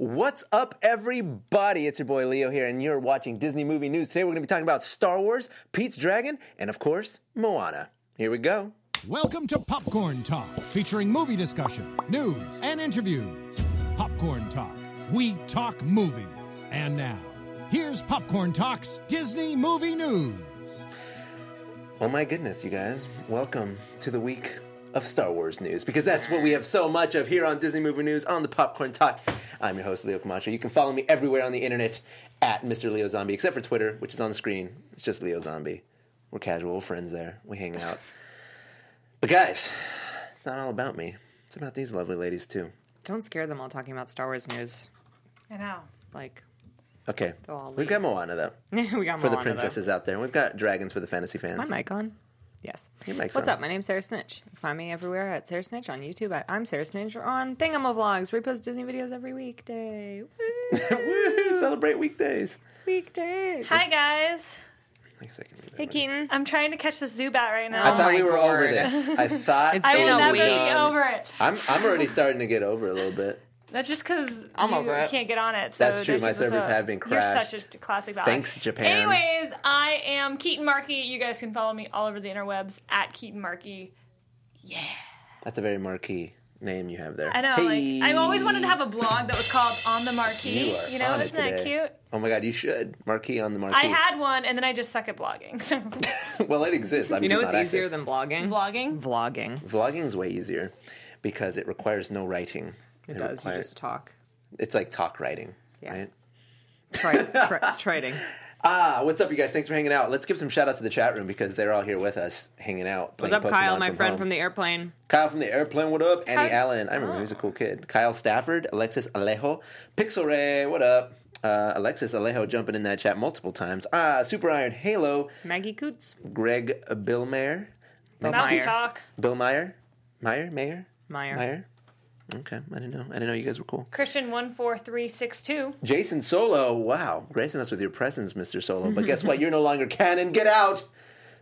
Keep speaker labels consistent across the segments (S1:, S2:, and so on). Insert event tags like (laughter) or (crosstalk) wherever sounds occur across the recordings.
S1: What's up, everybody? It's your boy Leo here, and you're watching Disney Movie News. Today, we're going to be talking about Star Wars, Pete's Dragon, and of course, Moana. Here we go.
S2: Welcome to Popcorn Talk, featuring movie discussion, news, and interviews. Popcorn Talk, we talk movies. And now, here's Popcorn Talk's Disney Movie News.
S1: Oh my goodness, you guys. Welcome to the week of Star Wars news because that's what we have so much of here on Disney Movie News on the Popcorn Talk. I'm your host, Leo Camacho. You can follow me everywhere on the internet at Mr. Leo Zombie, except for Twitter, which is on the screen. It's just Leo Zombie. We're casual, we're friends there, we hang out. But guys, it's not all about me, it's about these lovely ladies too.
S3: Don't scare them all talking about Star Wars news.
S4: I know.
S3: Like (laughs)
S1: Okay,
S3: They'll all
S1: we've got Moana though.
S3: we got
S1: For the princesses out there, we've got dragons for the fantasy fans.
S3: My mic on. Yes.
S1: Your mic's
S3: What's
S1: on.
S3: up? My name's Sarah Snitch. You can find me everywhere at Sarah Snitch on YouTube at I'm Sarah Snitch or on Thingamavlogs. Repost Disney videos every
S1: (laughs)
S3: weekday. Woo!
S1: Woo, celebrate weekdays.
S3: weekdays.
S4: Hi guys.
S1: I guess I can leave that
S3: Hey
S1: one.
S3: Keaton.
S4: I'm trying to catch the zoo bat right
S1: I
S3: Oh
S4: now.
S1: thought
S3: my
S1: we were over
S3: Lord.
S1: this. I thought
S3: It's
S4: I
S1: it
S4: will
S1: was
S3: been a
S4: never
S3: week.
S4: be
S1: done.
S4: over it.
S1: I'm I'm already starting to get over a little bit.
S4: That's just because
S3: I'm
S4: you
S3: over it.
S4: can't get on it. So
S1: That's true.
S4: there's
S1: My
S4: just
S1: servers
S4: a-
S1: have been
S4: You're
S1: crashed.
S4: such a classic dog.
S1: Thanks, Japan.
S4: Anyways, I am Keaton Markey. You guys can follow me all over the interwebs at Keaton Markey.
S1: That's a very marquee name you have there.
S4: I know.
S1: Hey.
S4: Like I always wanted to have a blog that was called On the Marquee.
S1: You are
S4: know,
S1: on it
S4: isn't that
S1: today.
S4: cute?
S1: Oh my god, you should marquee on the
S4: I
S1: marquee.
S4: had one, and then I just suck at blogging. (laughs) So
S1: (laughs) well, it exists. I'm
S3: You know
S1: just
S3: what's
S1: not
S3: easier
S1: active.
S3: than blogging?
S4: blogging.
S3: Vlogging.
S1: vlogging's way easier because it requires no writing.
S3: It does. You
S1: requires-
S3: just talk.
S1: it's like talk writing.
S3: Yeah.
S1: Right?
S3: Tri-
S1: (laughs)
S3: tri- trading.
S1: Ah, what's up, you guys? Thanks for hanging out. Let's give some shout outs to the chat room because they're all here with us, hanging out.
S3: What's up, Kyle, my friend
S1: home.
S3: from the Oh. airplane?
S1: Kyle from the airplane, what up? Annie
S4: Hi.
S1: Allen, I remember he was a cool kid. Kyle Stafford, Alexis Alejo, Pixel Ray, what up? Uh, Alexis Alejo jumping in that chat multiple times. Ah, Super Iron Halo,
S3: Maggie Coots.
S1: Greg Billmeyer,
S4: Mountain
S3: Meyer.
S4: Talk.
S1: Bill Meyer, Meyer, Mayer,
S3: Meyer.
S1: Meyer. Okay, I didn't know. I didn't know you guys were cool.
S4: Christian one four three six two.
S1: Jason Solo, wow, gracing us with your presence, Mr. Solo. But guess what? You're no longer canon. Get out.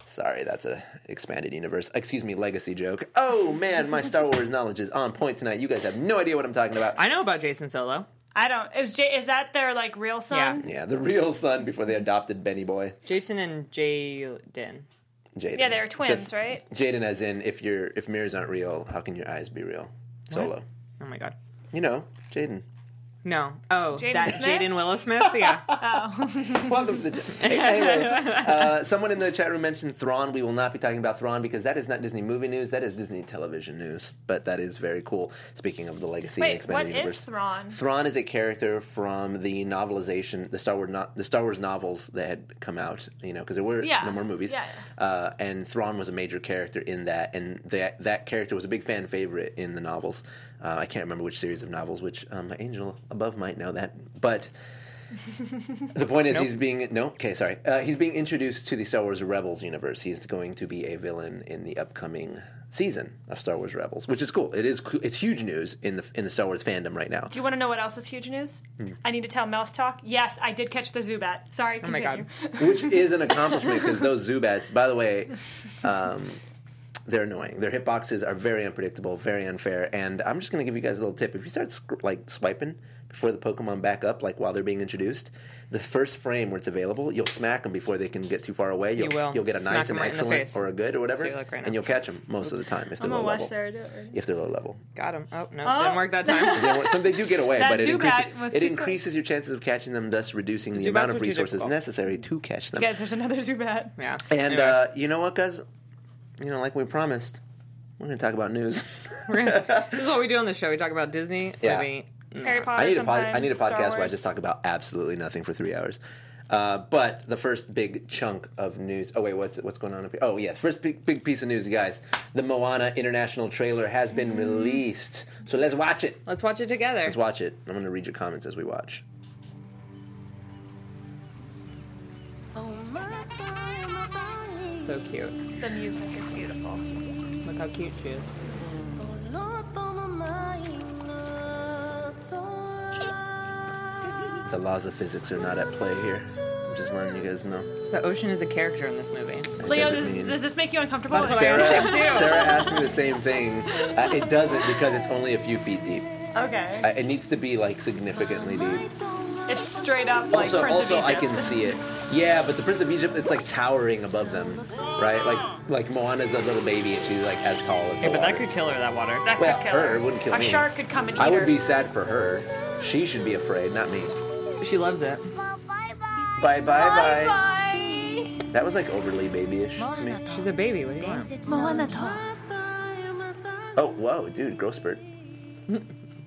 S1: Sorry, that's a expanded universe. Excuse me, legacy joke. Oh man, my Star Wars knowledge is on point tonight. You guys have no idea what I'm talking about.
S3: I know about Jason Solo.
S4: I don't. It was J- is that their like real son?
S3: Yeah.
S1: Yeah, the real son before they adopted Benny Boy.
S3: Jason and Jaden.
S1: Jaden.
S4: Yeah, they were twins, right?
S1: Jaden, as in, if your if mirrors aren't real, how can your eyes be real? Solo.
S3: Oh my god.
S1: You know, Jaden.
S3: No. Oh,
S4: Jaden
S3: that's
S4: Smith?
S3: Jaden Willow Smith. Yeah.
S5: (laughs)
S1: Welcome to the. J- Hey, anyway, uh, someone in the chat room mentioned Thrawn. We will not be talking about Thrawn because that is not Disney movie news. That is Disney television news. But that is very cool. Speaking of the legacy and
S4: Wait, what
S1: expanded
S4: is
S1: universe,
S4: Thrawn?
S1: Thrawn is a character from the novelization, the Star Wars, no- the Star Wars novels that had come out. You know, because there were
S4: Yeah.
S1: no more movies.
S4: Yeah.
S1: Uh, and Thrawn was a major character in that, and that that character was a big fan favorite in the novels. Uh, I can't remember which series of novels. Which um, my angel above might know that, but.
S4: (laughs)
S1: The point is, he's being no. Okay, sorry. Uh, he's being introduced to the Star Wars Rebels universe. He's going to be a villain in the upcoming season of Star Wars Rebels, which is cool. It is. coo- It's huge news in the in the Star Wars fandom right now.
S4: Do you want to know what else is huge news? I need to tell Mouse Talk. Yes, I did catch the Zubat. Sorry.
S3: Hmm. Oh my
S4: Continue.
S3: god.
S1: which is an accomplishment because those Zubats, by the way, um, they're annoying. Their hitboxes are very unpredictable, very unfair. And I'm just going to give you guys a little tip: if you start sc- like swiping before the Pokemon back up, like while they're being introduced, the first frame where it's available, you'll smack them before they can get too far away. You'll,
S3: will.
S1: will get a
S3: Smack
S1: nice
S3: 'em
S1: and
S3: right in the
S1: excellent
S3: face.
S1: or a good or whatever,
S3: what you look right now.
S1: and you'll catch them most of the time if they're
S4: I'm
S1: low
S4: gonna watch
S1: level.
S4: Sarah do it. right now.
S1: If they're low level.
S3: Got him. Oh no,
S4: Oh.
S3: didn't work that
S5: (laughs)
S3: time.
S1: They weren't- Some they do get
S3: (laughs)
S1: away,
S4: That
S1: but it
S4: Zubat
S1: increases,
S4: was
S1: it
S4: too quick.
S1: increases your chances of catching them, thus reducing the
S3: Zubats
S1: amount
S3: were
S1: of
S3: too
S1: resources
S3: difficult.
S1: necessary to catch them.
S4: Guys, there's another
S3: (laughs)
S4: Zubat.
S3: yeah.
S1: And
S3: Anyway,
S1: uh, you know what, guys? You know, like we promised, we're going to talk about news. (laughs)
S3: we're gonna- this is what we do on the show. We talk about Disney
S1: Yeah.
S3: movie.
S4: Harry Potter.
S1: I need a pod-
S4: sometimes,
S1: I need a
S4: Star
S1: podcast where I
S4: Wars.
S1: just talk about absolutely nothing for three hours. Uh, but the first big chunk of news. Oh wait, what's what's going on up here? Oh yeah, first big big piece of news, you guys. The Moana international trailer has been released, so let's watch it.
S3: Let's watch it together.
S1: Let's watch it. I'm going to read your comments as we watch.
S3: so cute.
S4: The music is beautiful.
S3: Look how cute she is.
S1: The laws of physics are not at play here. I'm just letting you guys know.
S3: The ocean is a character in this movie.
S1: It
S4: Leo,
S1: doesn't
S4: does,
S1: mean-
S4: does this make you uncomfortable?
S3: That's what
S1: (laughs)
S3: I
S1: Sarah,
S3: was thinking too.
S1: Sarah asked me the same thing. Uh, it doesn't because it's only a few feet deep.
S4: Okay.
S1: I, it needs to be like significantly deep.
S4: It's straight up like
S1: Also,
S4: Prince
S1: also
S4: of
S1: I
S4: Egypt.
S1: can see it. Yeah, but the Prince of Egypt, it's like towering above them, right? Like like Moana's a little baby and she's like as tall as.
S5: Yeah,
S1: the
S5: but that
S1: water.
S5: could kill her. That water.
S4: That
S1: Well,
S4: could kill
S1: her wouldn't kill
S4: a
S1: me.
S4: shark could come and eat
S1: I
S4: her.
S1: would be sad for her. She should be afraid, not me.
S5: She loves it.
S1: Bye bye bye.
S4: Bye
S1: That was like overly babyish to me.
S5: She's a baby. What do you want?
S4: bye. Moana talk.
S1: Oh whoa, dude, Grossbird,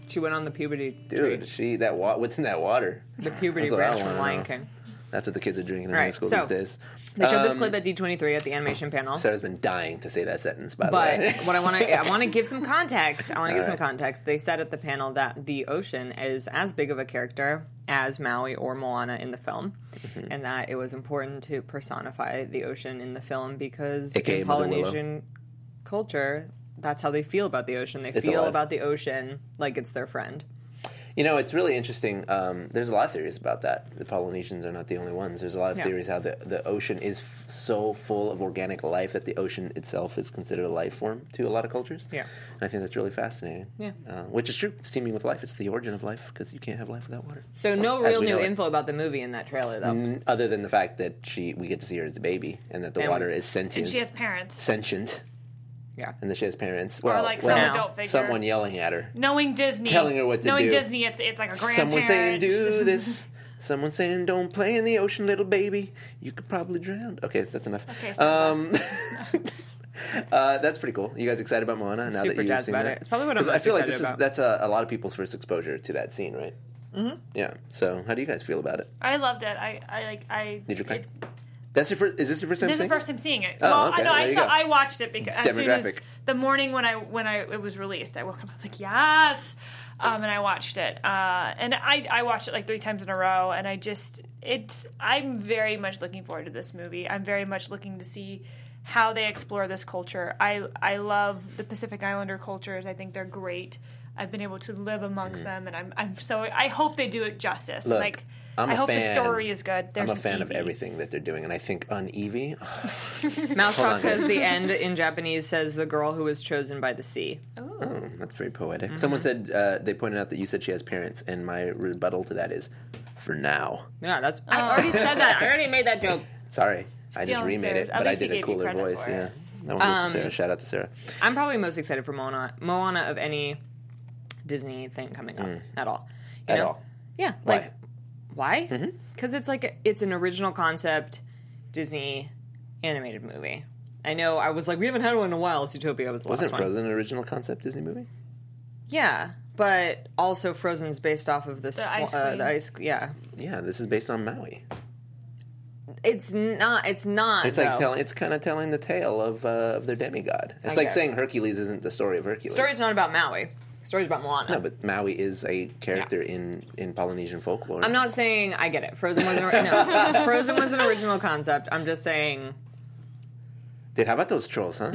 S5: She went on the puberty
S1: dude,
S5: tree.
S1: she that wa- what's in that water?
S5: The puberty
S1: That's what I
S5: branch from
S1: wanna
S5: Lion
S1: know.
S5: King.
S1: That's what the kids are drinking in high
S5: Right,
S1: school
S5: so-
S1: these days.
S5: They showed this
S1: Um,
S5: clip at D23 at the animation panel.
S1: Sarah's been dying to say that sentence, by
S5: But
S1: the way. (laughs)
S5: what I want to I want to give some context. I want to give some
S1: right.
S5: context. They said at the panel that the ocean is as big of a character as Maui or Moana in the film,
S1: Mm-hmm.
S5: and that it was important to personify the ocean in the film because
S1: AKA
S5: in
S1: Mother Willow.
S5: Polynesian culture, that's how they feel about the ocean. They
S1: It's
S5: feel
S1: alive.
S5: about the ocean like it's their friend.
S1: You know, it's really interesting. Um, there's a lot of theories about that. The Polynesians are not the only ones. There's a lot of
S5: Yeah.
S1: theories how the, the ocean is f- so full of organic life that the ocean itself is considered a life form to a lot of cultures.
S5: Yeah.
S1: And I think that's really fascinating.
S5: Yeah.
S1: Uh, which is true. It's teeming with life. It's the origin of life because you can't have life without water.
S5: So no
S1: As
S5: real
S1: we
S5: new
S1: know it. Mm.
S5: info about the movie in that trailer though.
S1: Other than the fact that she, we get to see her as a baby and that the
S5: And-
S1: water is sentient.
S4: And she has parents.
S1: sentient. (laughs)
S5: Yeah.
S1: And that she has parents. Well,
S4: like some
S1: well,
S4: adult figure.
S1: someone yelling at her.
S4: Knowing Disney,
S1: Telling her what to
S4: knowing
S1: do.
S4: Disney, it's it's like a grandparent.
S1: Someone saying
S4: (laughs)
S1: do
S5: (laughs)
S1: this. Someone saying don't play in the ocean, little baby. You could probably drown. Okay, that's enough.
S4: Okay, so
S1: um, uh, that's pretty cool. You guys excited about Moana? Now
S5: super
S1: that you've
S5: jazzed
S1: seen
S5: about
S1: that?
S5: it. It's probably what I'm
S1: 'Cause I
S5: most
S1: feel like
S5: excited
S1: this
S5: about.
S1: is that's a, a lot of people's first exposure to that scene, right? Mm-hmm. Yeah. So how do you guys feel about it?
S4: I loved it. I, I like I.
S1: Did you cry?
S4: it-
S1: That's your first. Is this your first time?
S4: This is the
S1: seeing
S4: first time seeing it.
S1: Oh,
S4: well,
S1: okay.
S4: I
S1: There
S4: know I,
S1: you
S4: saw,
S1: go.
S4: I watched it because as soon as
S1: Demographic.
S4: the morning when I when I it was released, I woke up. I was like, yes, um, and I watched it. Uh, and I I watched it like three times in a row, and I just it's I'm very much looking forward to this movie. I'm very much looking to see how they explore this culture. I I love the Pacific Islander cultures. I think they're great. I've been able to live amongst them, and I'm I'm so I hope they do it justice.
S1: Mm. Look,
S4: like
S1: I'm
S4: I
S1: a
S4: hope
S1: fan.
S4: the story is good. There's
S1: I'm a fan
S4: an E
S1: of
S4: Evie.
S1: everything that they're doing, and I think on Evie, (sighs) oh,
S5: Mouse
S1: Hold
S5: Talk
S1: on,
S5: says
S1: guys.
S5: the end in Japanese says the girl who was chosen by the sea.
S1: that's very poetic.
S5: Mm-hmm.
S1: Someone said uh, they pointed out that you said she has parents, and my rebuttal to that is, for now.
S5: Yeah, that's I already said that. I already made that joke.
S1: Sorry, I just
S4: Stealing
S1: remade
S4: Sarah's-
S1: it,
S4: at
S1: but I
S4: least he
S1: did a
S4: gave you
S1: cooler
S4: credit
S1: voice.
S4: for it.
S1: Yeah, that one goes to Sarah. Shout out to Sarah.
S5: I'm probably most excited for Moana, Moana of any Disney thing coming up at all. You
S1: Mm. At
S5: know?
S1: all. Mm-hmm.
S5: Yeah. Like why? Because it's like a, it's an original concept Disney animated movie. I know. I was like, we haven't had one in a while. It's Utopia was the
S1: Wasn't
S5: last one.
S1: Frozen an original concept Disney movie?
S5: Yeah, but also Frozen's based off of this.
S4: The Ice
S5: uh,
S4: Queen.
S5: the ice. Yeah,
S1: Yeah, this is based on Maui.
S5: it's not. It's not.
S1: It's like
S5: though.
S1: telling. It's kind of telling the tale of uh, of their demigod. It's like
S5: get it.
S1: saying Hercules isn't the story of Hercules.
S5: Story's not about Maui. Story's about Moana.
S1: no, but Maui is a character in in Polynesian folklore.
S5: I'm not saying I get it. Frozen was
S1: (laughs)
S5: an, no. Frozen was an original concept. I'm just saying
S1: Dude, how about those trolls, huh?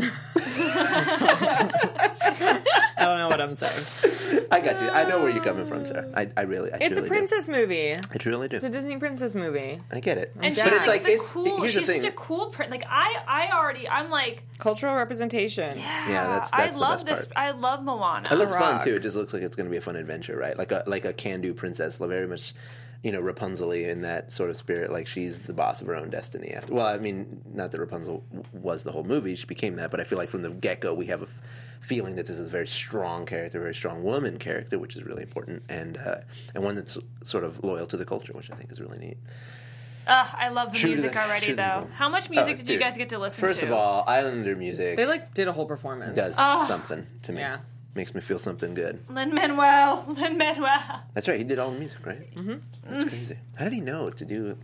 S5: I don't know what I'm saying.
S1: I got you. I know where you're coming from, Sarah. I, I really, I
S5: It's a
S1: truly
S5: princess movie. It's
S1: Do. I truly do.
S5: a Disney princess movie.
S1: I get it.
S4: And
S5: Yeah.
S4: she's
S5: But it's like,
S4: like, such a
S1: it's-
S4: cool.
S1: here's the
S4: she's
S1: thing.
S4: such a cool print. Like I, I already, I'm like, uh,
S5: Cultural representation. Yeah.
S1: yeah, that's,
S4: I
S1: that's the best
S4: love this.
S1: part.
S4: I love Moana.
S1: It looks fun
S5: rock.
S1: too. It just looks like it's going to be a fun adventure, right? Like a like a can-do princess, like very much, you know, Rapunzel in that sort of spirit. Like she's the boss of her own destiny. After well, I mean, not that Rapunzel w- was the whole movie; she became that. But I feel like from the get-go, we have a f- feeling that this is a very strong character, very strong woman character, which is really important, and uh, and one that's sort of loyal to the culture, which I think is really neat.
S4: Ugh, I love the
S1: Shoot
S4: music
S1: the-
S4: already,
S1: shoot the
S4: though.
S1: ball.
S4: How much
S1: Oh,
S4: music did you
S1: dude,
S4: guys get to listen
S1: First
S4: to? Ah.
S1: of all, Islander music
S5: They like did a whole performance.
S1: does something to me.
S5: Yeah.
S1: Makes me feel something good.
S4: Lin Manuel, (laughs) Lin Manuel.
S1: That's right. He did all the music, right? Mm-hmm. That's crazy. How did he know to do?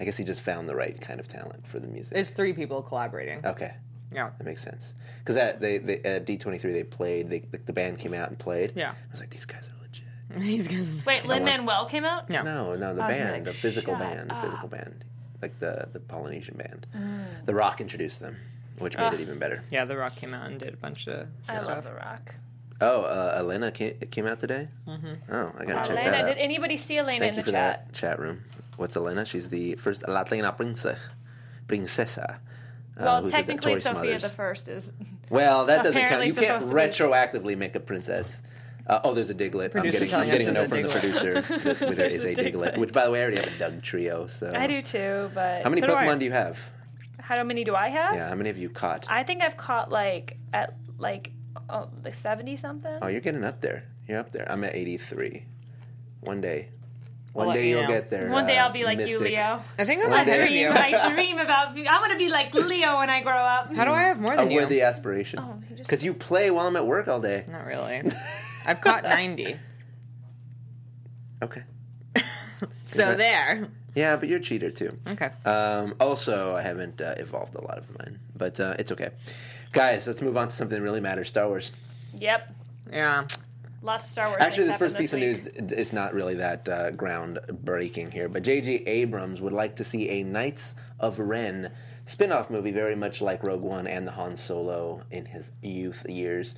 S1: I guess he just found the right kind of talent for the music.
S5: It's three people collaborating.
S1: okay,
S5: Yeah. (laughs)
S1: that makes sense. Because at they, they at D twenty three they played. They, the, the band came out and played.
S5: Yeah.
S1: I was like, these guys are legit.
S5: These guys.
S4: Wait, Lin Manuel came out.
S5: No.
S1: No, no, the
S4: Oh. I was
S1: band,
S4: like,
S1: the physical
S4: "Shut
S1: band, the physical band, like the the Polynesian band.
S4: Mm.
S1: The Rock introduced them, which made it even better.
S5: Yeah, The Rock came out and did a bunch of
S4: I
S5: stuff.
S4: love The Rock.
S1: Oh, uh, Elena came, came out today. Mm-hmm. Oh, I gotta check that
S4: Elena,
S1: out.
S4: did anybody see Elena
S1: Thank
S4: in
S1: you for
S4: the chat?
S1: that chat room. What's Elena? She's the first Latina princess, princesa. uh, who's
S4: Well,
S1: with the
S4: technically,
S1: Tory
S4: Sophia
S1: Smothers.
S4: the First is.
S1: Well, that doesn't count.
S4: Apparently
S1: You can't
S4: supposed to
S1: retroactively make a princess. Uh, oh, there's a Diglett. I'm
S5: Producer
S1: getting, I'm
S5: telling us
S1: getting a
S5: there's
S1: note
S5: a
S1: from the producer
S5: (laughs)
S1: that with there is a Diglett, which, by the way, I already have a Doug trio. So
S4: I do too, but
S1: How many
S4: so do I.
S1: Pokemon do, you have?
S4: How many do I have?
S1: Yeah, how many have you caught?
S4: I think I've caught like at like oh, like seventy something.
S1: Oh, you're getting up there. You're up there. I'm at 83. One day. One
S5: let
S1: day
S5: you
S1: you'll
S5: know.
S1: get there.
S4: One day
S1: uh,
S4: I'll be like you,
S1: mystic.
S4: Leo.
S5: I think I'm
S1: One
S5: ahead of
S1: day.
S5: you.
S4: I dream about. I want to be like Leo when I grow up.
S5: How do I have more
S1: A
S5: than you?
S1: worthy Oh, aspiration.
S4: Oh, he just-
S1: Because you play while I'm at work all day. (laughs)
S5: Not really. I've caught 90.
S1: Okay.
S5: So there.
S1: Yeah, but you're a cheater too.
S5: Okay.
S1: Um, also, I haven't uh, evolved a lot of mine, but uh, it's okay. Guys, let's move on to something that really matters Star Wars.
S4: Yep,
S5: Yeah.
S4: lots of Star Wars.
S1: Actually, this
S4: things
S1: first
S4: happened
S1: piece
S4: this week.
S1: of news is not really that uh, groundbreaking here, but J.J. Abrams would like to see a Knights of Ren spin off movie, very much like Rogue One and the Han Solo in his youth years.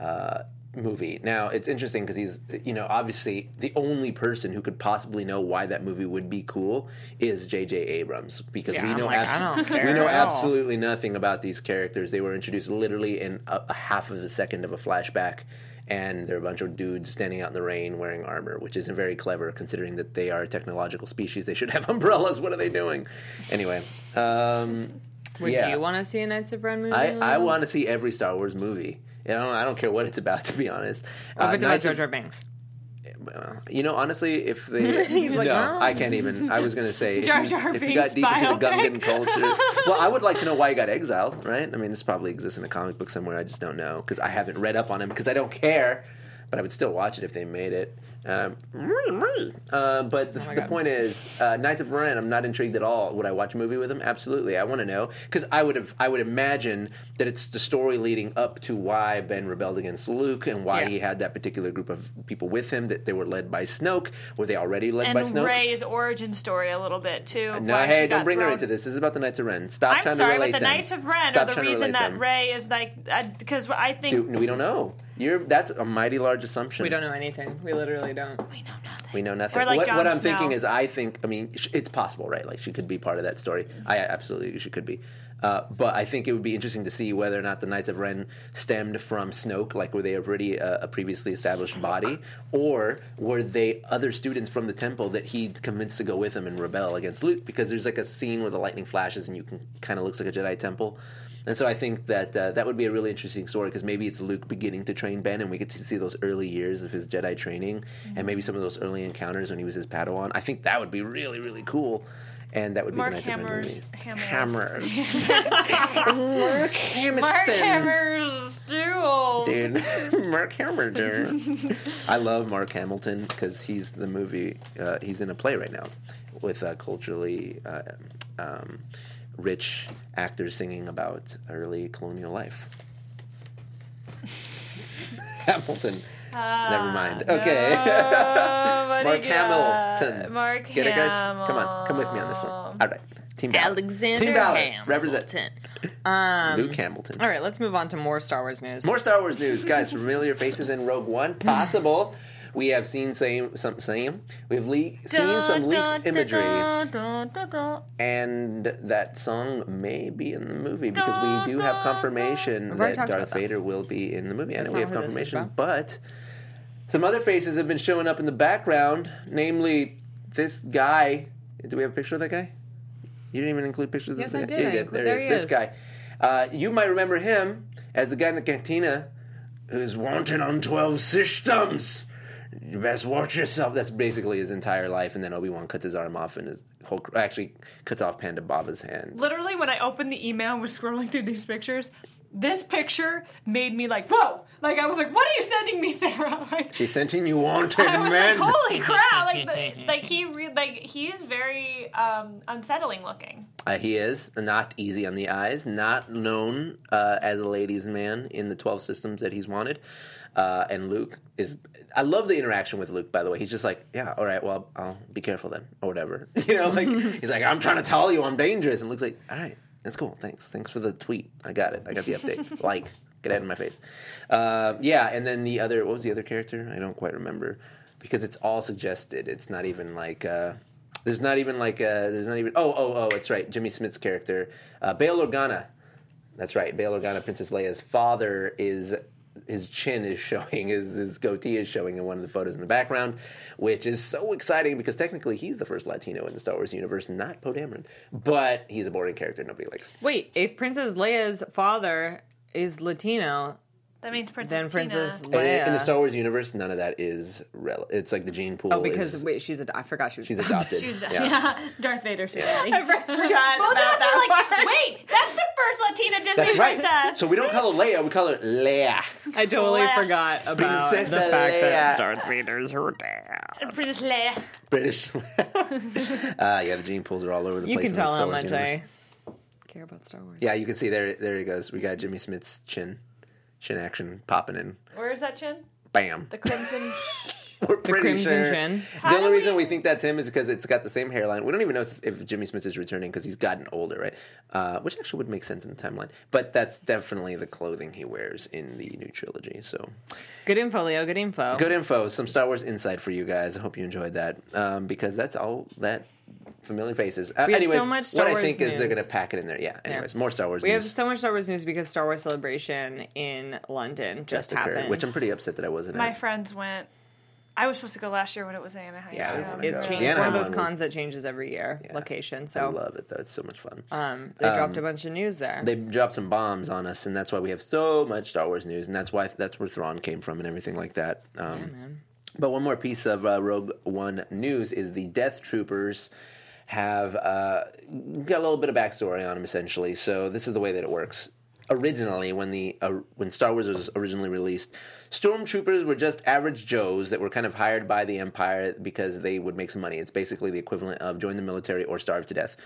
S1: Uh, movie now it's interesting because he's you know obviously the only person who could possibly know why that movie would be cool is jj abrams because
S5: Yeah,
S1: we
S5: I'm
S1: know
S5: like, I don't care
S1: we know
S5: at all.
S1: absolutely absolutely nothing about these characters. They were introduced literally in a, a half of a second of a flashback, and they're a bunch of dudes standing out in the rain wearing armor, which isn't very clever considering that they are a technological species. They should have (laughs) umbrellas. What are they doing? Anyway, um,
S5: Would
S1: yeah.
S5: you want to see a Knights of Ren movie?
S1: I, I uh, want to see every Star Wars movie. You know, I don't care what it's about, to be honest.
S5: What if
S1: Uh,
S5: it's about
S1: Knights
S5: Jar
S1: of-
S5: Jar Binks?
S1: you know, honestly,
S4: (laughs)
S1: if they no,
S5: like, "Oh."
S1: I can't even. I was gonna say if,
S4: Jar
S1: you-
S4: Jar
S1: if you got
S4: Binks
S1: deep into the
S4: biopic.
S1: Gungan culture, well, I would like to know why he got exiled, right? I mean, this probably exists in a comic book somewhere. I just don't know because I haven't read up on him because I don't care. But I would still watch it if they made it. Um,
S4: Oh
S1: uh, but the, the
S5: God.
S1: point is, uh, Knights of Ren. I'm not intrigued at all. Would I watch a movie with him? Absolutely. I want to know because I would have. I would imagine that it's the story leading up to why Ben rebelled against Luke and why
S5: Yeah.
S1: he had that particular group of people with him. That they were led by Snoke. Were they already led by
S4: and
S1: Snoke?
S4: Ray's origin story a little bit too.
S1: no,
S4: why she
S1: hey, don't
S4: got
S1: bring her
S4: thrown-
S1: into this. This is about the Knights of Ren. Stop
S4: I'm
S1: trying
S4: sorry,
S1: to relate
S4: but the
S1: them.
S4: Knights of Ren
S1: Stop
S4: are the
S1: trying to
S4: reason
S1: relate
S4: that
S1: them.
S4: Ray is like because I think
S1: Dude, we don't know. You're that's a mighty large assumption.
S5: We don't know anything. We literally don't.
S4: we know nothing.
S1: We know nothing.
S4: We're like
S1: what,
S4: Jon
S1: what I'm
S4: Snow.
S1: thinking is, I think, I mean, sh- it's possible, right? Like, she could be part of that story. I absolutely, she could be. Uh, but I think it would be interesting to see whether or not the Knights of Ren stemmed from Snoke, like were they already uh, a previously established body, or were they other students from the temple that he convinced to go with him and rebel against Luke? Because there's like a scene where the lightning flashes and you can kind of looks like a Jedi temple. And so I think that uh, that would be a really interesting story because maybe it's Luke beginning to train Ben, and we get to see those early years of his Jedi training,
S4: Mm-hmm.
S1: and maybe some of those early encounters when he was his Padawan. I think that would be really, really cool, and that would
S4: Mark
S1: be the Knights of Ren
S4: Hammers-
S1: movie.
S4: Hammers.
S1: Hammers,
S4: (laughs)
S1: (laughs) Mark Hammerston,
S4: Mark Hammer's duel.
S1: (laughs) dude, Mark Hammer, dude. I love Mark Hamilton because he's the movie. Uh, he's in a play right now with uh, culturally. Uh, um, Rich actors singing about early colonial life. (laughs) Hamilton. Never mind. Okay. (laughs) Mark Hamilton.
S4: Mark
S1: Get it, guys? Come on. Come with me on this one. All right. Team Ballard.
S5: Alexander
S1: Team Ballard.
S5: Hamilton.
S1: Represent. Luke Hamilton.
S5: All right, let's move on to more Star Wars news.
S1: More Star Wars news, guys. Familiar faces in Rogue One, possible. We have seen same some same. We've le- seen some leaked imagery, and that song may be in the movie because we do have confirmation that
S5: already talked about
S1: Darth
S5: that.
S1: Vader will be in the movie. I know
S5: That's
S1: we
S5: not
S1: have
S5: what this is
S1: confirmation,
S5: about.
S1: but some other faces have been showing up in the background, namely this guy. Do we have a picture of that guy? You didn't even include pictures
S5: Yes,
S1: of
S5: I
S1: the guy. Yeah,
S5: did.
S1: you
S5: I include-
S1: There
S5: there
S1: he
S5: he
S1: is.
S5: is.
S1: This guy. Uh, you might remember him as the guy in the cantina who's wanted on 12 systems. You best watch yourself. That's basically his entire life. And then Obi Wan cuts his arm off and his whole actually cuts off Panda Baba's hand.
S4: Literally, when I opened the email and was scrolling through these pictures, this picture made me like, whoa! Like, I was like, what are you sending me, Sarah? (laughs) Like,
S1: He sent in you wanted
S4: (laughs) I was
S1: men.
S4: like, holy crap! Like, (laughs) the- like he re- like he's very um, unsettling looking.
S1: Uh, he is not easy on the eyes, not known uh, as a ladies' man in the 12 systems that he's wanted. Uh, and Luke is. I love the interaction with Luke, by the way. He's just like, yeah, all right, well, I'll be careful then, or whatever. (laughs) You know, like, he's like, I'm trying to tell you I'm dangerous. And Luke's like, all right, that's cool. Thanks. Thanks for the tweet. I got it. I got the update. like, get out of my face. Uh, yeah, and then the other. What was the other character? I don't quite remember because it's all suggested. It's not even like. Uh, there's not even like uh there's not even oh oh oh that's right Jimmy Smith's character uh, Bail Organa that's right Bail Organa Princess Leia's father is his chin is showing, (laughs) his, his goatee is showing in one of the photos in the background, which is so exciting because technically he's the first Latino in the Star Wars universe, not Poe Dameron, but he's a boring character nobody likes.
S5: Wait, if Princess Leia's father is Latino,
S4: That means Princess
S5: then
S4: Tina.
S5: Princess
S1: And
S5: Leia.
S1: In the Star Wars universe, none of that is rel- it's like the gene pool.
S5: oh, because
S1: is,
S5: wait, she's ad- I forgot she was
S1: she's adopted.
S4: She was the-
S1: Yeah.
S4: yeah. (laughs) Darth Vader. Yeah.
S5: I (laughs) forgot about
S4: Both of us are
S5: that
S4: like,
S5: part.
S4: wait, that's the first Latina Disney
S5: (laughs)
S1: That's right.
S4: princess.
S1: So we don't call her Leia, we call her Leia.
S5: I totally
S4: Leia.
S5: forgot about
S1: Princess
S5: Oh, the fact that
S1: Leia.
S5: Darth Vader's her dad.
S4: Princess Leia.
S1: British. (laughs) uh, yeah, the gene pools are all over the
S5: You
S1: place. in
S5: can
S1: the
S5: tell how
S1: Star Wars
S5: much
S1: universe.
S5: I care about Star Wars.
S1: Yeah, you can see there. There he goes. We got Jimmy Smith's chin, chin action popping in.
S4: Where is that chin?
S1: Bam.
S4: The crimson.
S1: (laughs) We're pretty
S5: crimson
S1: sure.
S5: chin.
S1: The
S4: do
S1: only reason
S4: we-
S1: we think that's him is because it's got the same hairline. We don't even know if Jimmy Smith is returning because he's gotten older, right? Uh, which actually would make sense in the timeline. But that's definitely the clothing he wears in the new trilogy. So
S5: Good info, Leo. Good info.
S1: good info, some Star Wars insight for you guys. I hope you enjoyed that um, because that's all that familiar faces. Uh,
S5: have
S1: anyways,
S5: so much Star
S1: what I
S5: Wars
S1: think is they're
S5: news.
S1: going to pack it in there. Yeah. Anyways, more Star Wars.
S5: We have
S1: news.
S5: so much Star Wars news because Star Wars Celebration in London just
S1: occurred,
S5: happened.
S1: which I'm pretty upset that I wasn't.
S4: My
S1: at.
S4: friends went. I was supposed to go last year when it was in Anaheim.
S5: yeah, it, was,
S1: Yeah.
S5: it
S1: Yeah.
S5: changed. It's one of
S1: Anaheim
S5: those
S1: was-
S5: cons that changes every year, location.
S1: I
S5: So
S1: love it though. It's so much fun.
S5: um, they dropped a bunch of news there.
S1: they dropped some bombs on us, and that's why we have so much Star Wars news, and that's why that's where Thrawn came from, and everything like that. Um, But one more piece of uh, Rogue One news is the Death Troopers have uh, got a little bit of backstory on them, essentially. So this is the way that it works. Originally, when the uh, when Star Wars was originally released, stormtroopers were just average Joes that were kind of hired by the Empire because they would make some money. It's basically the equivalent of join the military or starve to death.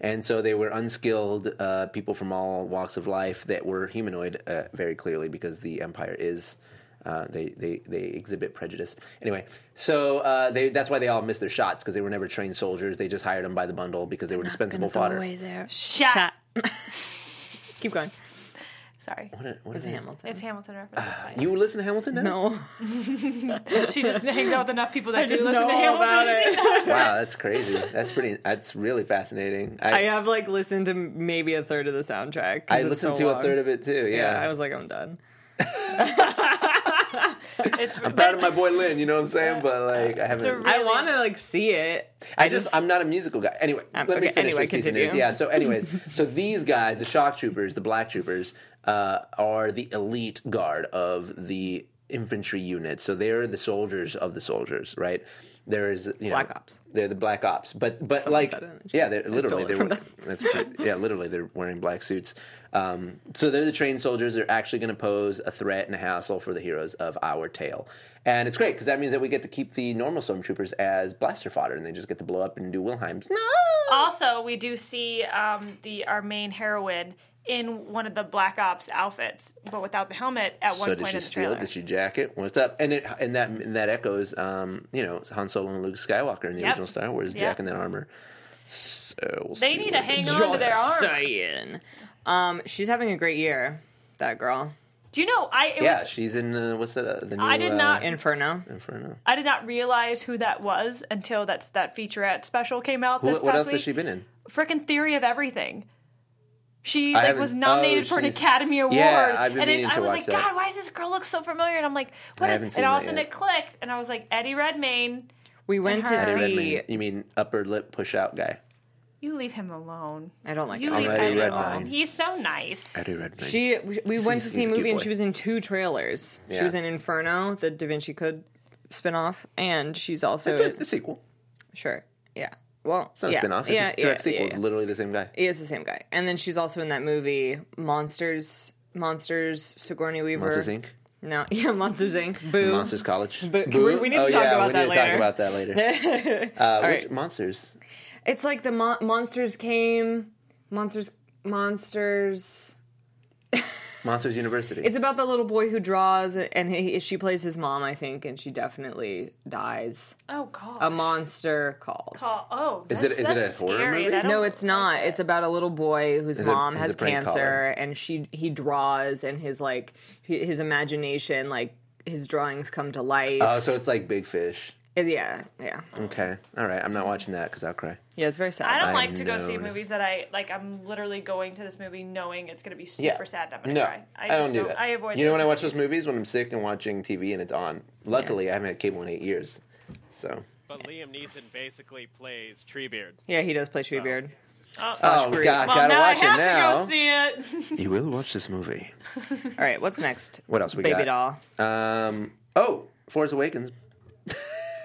S1: And so they were unskilled uh, people from all walks of life that were humanoid, uh, very clearly, because the Empire is uh, they, they, they exhibit prejudice. Anyway, so uh, they, that's why they all missed their shots because they were never trained soldiers. They just hired them by the bundle because they were dispensable fodder.
S5: there.
S4: Shut.
S5: Chat. Keep going.
S4: Sorry.
S1: What a- what a-
S5: It's Hamilton.
S4: It's Hamilton reference. That's fine.
S1: you listen to Hamilton now?
S5: no.
S4: She just hangs out with enough people that do
S5: just
S4: listen
S5: know
S4: to
S5: all
S4: Hamilton.
S5: about
S4: She
S1: (laughs)
S5: it.
S4: knows.
S1: (laughs) Wow, that's crazy. That's pretty. That's really fascinating.
S5: (laughs) I uh,
S1: I, I,
S5: have like listened to maybe a third of the soundtrack. 'cause it's
S1: listened
S5: so
S1: to
S5: long.
S1: a third of it too. Yeah,
S5: Yeah. I was like, I'm done.
S4: (laughs) It's,
S1: proud of my boy Lynn. You know what I'm
S5: (laughs)
S1: saying? But like, I haven't.
S4: re-
S5: I
S4: Really?
S5: want to like see it.
S1: I just, I'm not a musical guy. Anyway,
S5: Um,
S1: let me
S5: okay,
S1: finish
S5: anyway,
S1: this piece
S5: continue.
S1: of news. Yeah.
S5: (laughs)
S1: So, anyways, so these guys, the shock troopers, the black troopers, uh, are the elite guard of the infantry unit. So they're the soldiers of the soldiers, right? There is you know,
S5: Black Ops.
S1: They're the black ops, but but
S5: Someone
S1: like
S5: said it in the chat.
S1: yeah, they're
S5: stole
S1: literally
S5: it
S1: they're
S5: from
S1: we- (laughs) that's pretty, yeah, literally they're wearing black suits. Um, so they're the trained soldiers. They're actually going to pose a threat and a hassle for the heroes of our tale, and it's great because that means that we get to keep the normal stormtroopers as blaster fodder, and they just get to blow up and do Wilhelms.
S4: also, we do see um, the our main heroine in one of the Black Ops outfits, but without the helmet at one
S1: so did
S4: point
S1: she
S4: in the
S1: steal?
S4: trailer.
S1: it? Did she jack it? What's up? And it and that and that echoes, um, you know, Han Solo and Luke Skywalker in the
S4: Yep.
S1: original Star Wars,
S4: Yep.
S1: jacking that armor. So we'll
S4: They
S1: see what
S4: need to hang
S1: it-
S4: on to their arm.
S5: saying. Um, she's having a great year. That girl,
S4: Do you know? I it
S1: Yeah,
S4: was,
S1: she's in uh, what's that? Uh, the new,
S4: I did
S1: uh,
S4: not-
S5: Inferno.
S1: Inferno.
S4: I did not realize who that was until that's that featurette special came out.
S1: Who,
S4: This
S1: what
S4: past
S1: else
S4: week.
S1: has she been in?
S4: Frickin' Theory of Everything. She
S1: I
S4: like
S1: haven't-
S4: was nominated
S1: oh,
S4: for an
S1: she's-
S4: Academy Award,
S1: Yeah, I've been
S4: and
S1: meaning
S4: I
S1: to
S4: was
S1: watch
S4: like,
S1: that.
S4: God, why does this girl look so familiar? And I'm like, what?
S1: I
S4: is-
S1: haven't seen
S4: and all
S1: that
S4: of a sudden
S1: yet.
S4: it clicked, and I was like, Eddie Redmayne,
S5: We went to
S4: her.
S1: Eddie
S5: see.
S1: Redmayne. You mean upper lip push out guy?
S4: you leave him alone.
S5: I don't like
S4: You
S5: Eddie
S4: leave
S1: Eddie
S4: Eddie
S1: Redmayne.
S4: alone. He's so nice.
S1: Eddie Redmayne.
S5: She we- we went to
S1: he's
S5: see a
S1: a cute
S5: movie and
S1: boy.
S5: she was in two trailers. She
S1: Yeah.
S5: was in Inferno, the Da Vinci Code spinoff, and she's also
S1: it's a, a sequel.
S5: sure, yeah. Well,
S1: It's not
S5: yeah,
S1: a spin-off. It's
S5: yeah,
S1: just direct
S5: yeah,
S1: sequel.
S5: yeah,
S1: It's
S5: yeah.
S1: literally the same guy.
S5: He is the same guy, and then she's also in that movie Monsters. Monsters. Sigourney Weaver.
S1: Monsters Inc.
S5: No, (laughs) yeah, Monsters Inc. Boo.
S1: Monsters College.
S5: But-
S1: Boo?
S5: we- we need to
S1: oh,
S5: talk
S1: yeah,
S5: about
S1: we need
S5: that later.
S1: To talk about that
S5: (laughs)
S1: later. uh, which
S5: right.
S1: monsters?
S5: It's like the mon- monsters came. Monsters. Monsters.
S1: Monsters University.
S5: It's about the little boy who draws, and he, she plays his mom, I think, and she definitely dies.
S4: Oh God.
S5: A monster calls.
S4: oh, oh,
S1: Is
S4: that's-
S1: it- is it a
S4: that's
S1: horror
S4: scary.
S1: movie?
S4: I don't-
S5: No, it's not. It's about a little boy whose
S1: Is it-
S5: mom
S1: is
S5: has
S1: it prank
S5: cancer,
S1: caller?
S5: and she he draws, and his like hi- his imagination, like his drawings come to life.
S1: oh, so it's Uh, like Big Fish.
S5: Yeah, yeah,
S1: Okay. All right. I'm not watching that because I'll cry.
S5: yeah. It's very sad.
S4: I don't
S1: I
S4: like to go see
S1: know.
S4: movies that I like. I'm literally going to this movie knowing it's going to be super
S1: Yeah.
S4: sad. and I'm going to
S1: no,
S4: cry.
S1: I,
S4: just
S1: don't do that.
S4: I avoid.
S1: You know when I watch
S4: movies.
S1: those movies when I'm sick and watching TV and it's on. Luckily, I haven't had cable in eight years,
S5: (laughs)
S1: so.
S6: But Liam Neeson basically plays Treebeard.
S5: yeah, he does play Treebeard.
S1: Oh
S5: Groot.
S1: God,
S4: Well,
S1: gotta
S4: now
S1: watch
S4: I have
S1: it now.
S4: to (laughs) go see it.
S1: You will watch this movie.
S5: All right, what's next?
S1: What else we
S5: Baby
S1: got?
S5: doll.
S1: Um. Oh, Force Awakens. (laughs)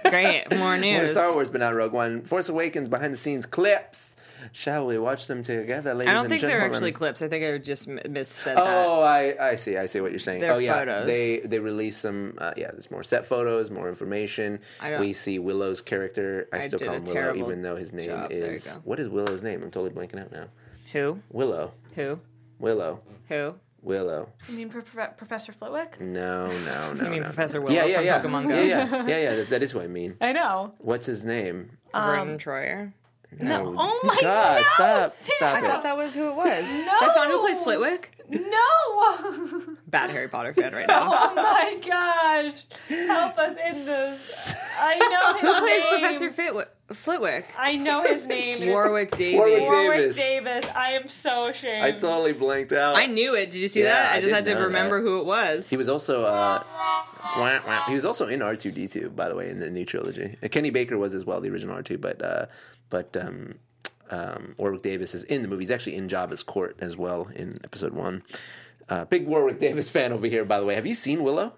S5: Great. More
S1: More
S5: news.
S1: Star Wars, but not Rogue One. Force Awakens behind the scenes clips. Shall we watch them together, ladies
S5: I don't
S1: and
S5: think they're
S1: gentlemen?
S5: actually clips. I think I just m- missaid that.
S1: Oh, I, I see. I see what you're saying.
S5: They're
S1: oh, yeah.
S5: photos.
S1: They they release some. Uh, yeah, there's more set photos, more information.
S5: I don't-
S1: We see Willow's character. I,
S5: I
S1: still
S5: did
S1: call
S5: a
S1: him Willow,
S5: terrible
S1: even though his name
S5: job. There you
S1: is.
S5: go.
S1: What is Willow's name? I'm totally blanking out now.
S5: Who?
S1: Willow.
S5: Who?
S1: Willow.
S5: Who?
S1: Willow.
S4: You mean Pro- Pro- Professor
S5: (laughs)
S4: Flitwick?
S1: No, no, no.
S5: You mean
S1: no.
S5: Professor Willow
S1: Yeah, yeah,
S5: from
S1: yeah.
S5: Pokemon
S1: yeah,
S5: Go?
S1: yeah, yeah, yeah. That, that is what I mean.
S4: I know.
S1: What's his name?
S5: Gordon Troyer.
S1: No.
S4: Oh my
S1: God,
S4: no,
S1: stop,
S4: Sam.
S1: stop
S5: I
S1: it.
S5: thought that was who it (laughs) was. That's not who plays
S4: No.
S5: Flitwick.
S4: No. (laughs)
S5: Bad Harry Potter fan right now.
S4: Oh my gosh. Help us in this. I
S1: (laughs)
S4: know his
S5: Who plays
S4: name.
S5: Professor Flitwick? Flitwick.
S4: I know his name.
S5: Warwick Davies.
S1: Warwick Davies.
S4: Warwick Davis. I am so ashamed.
S1: I totally blanked out.
S5: Um, I knew it. Did you see
S1: Yeah,
S5: that?
S1: I
S5: I just
S1: did
S5: had to
S1: know
S5: remember
S1: that.
S5: who it was.
S1: He was also uh, wah, wah. he was also in R two D two by the way in the new trilogy. Uh, Kenny Baker was as well the original R two, but uh, but um, um, Warwick Davis is in the movie. He's actually in Jabba's court as well in Episode one. Uh, big Warwick Davis fan over here, by the way. Have you seen Willow?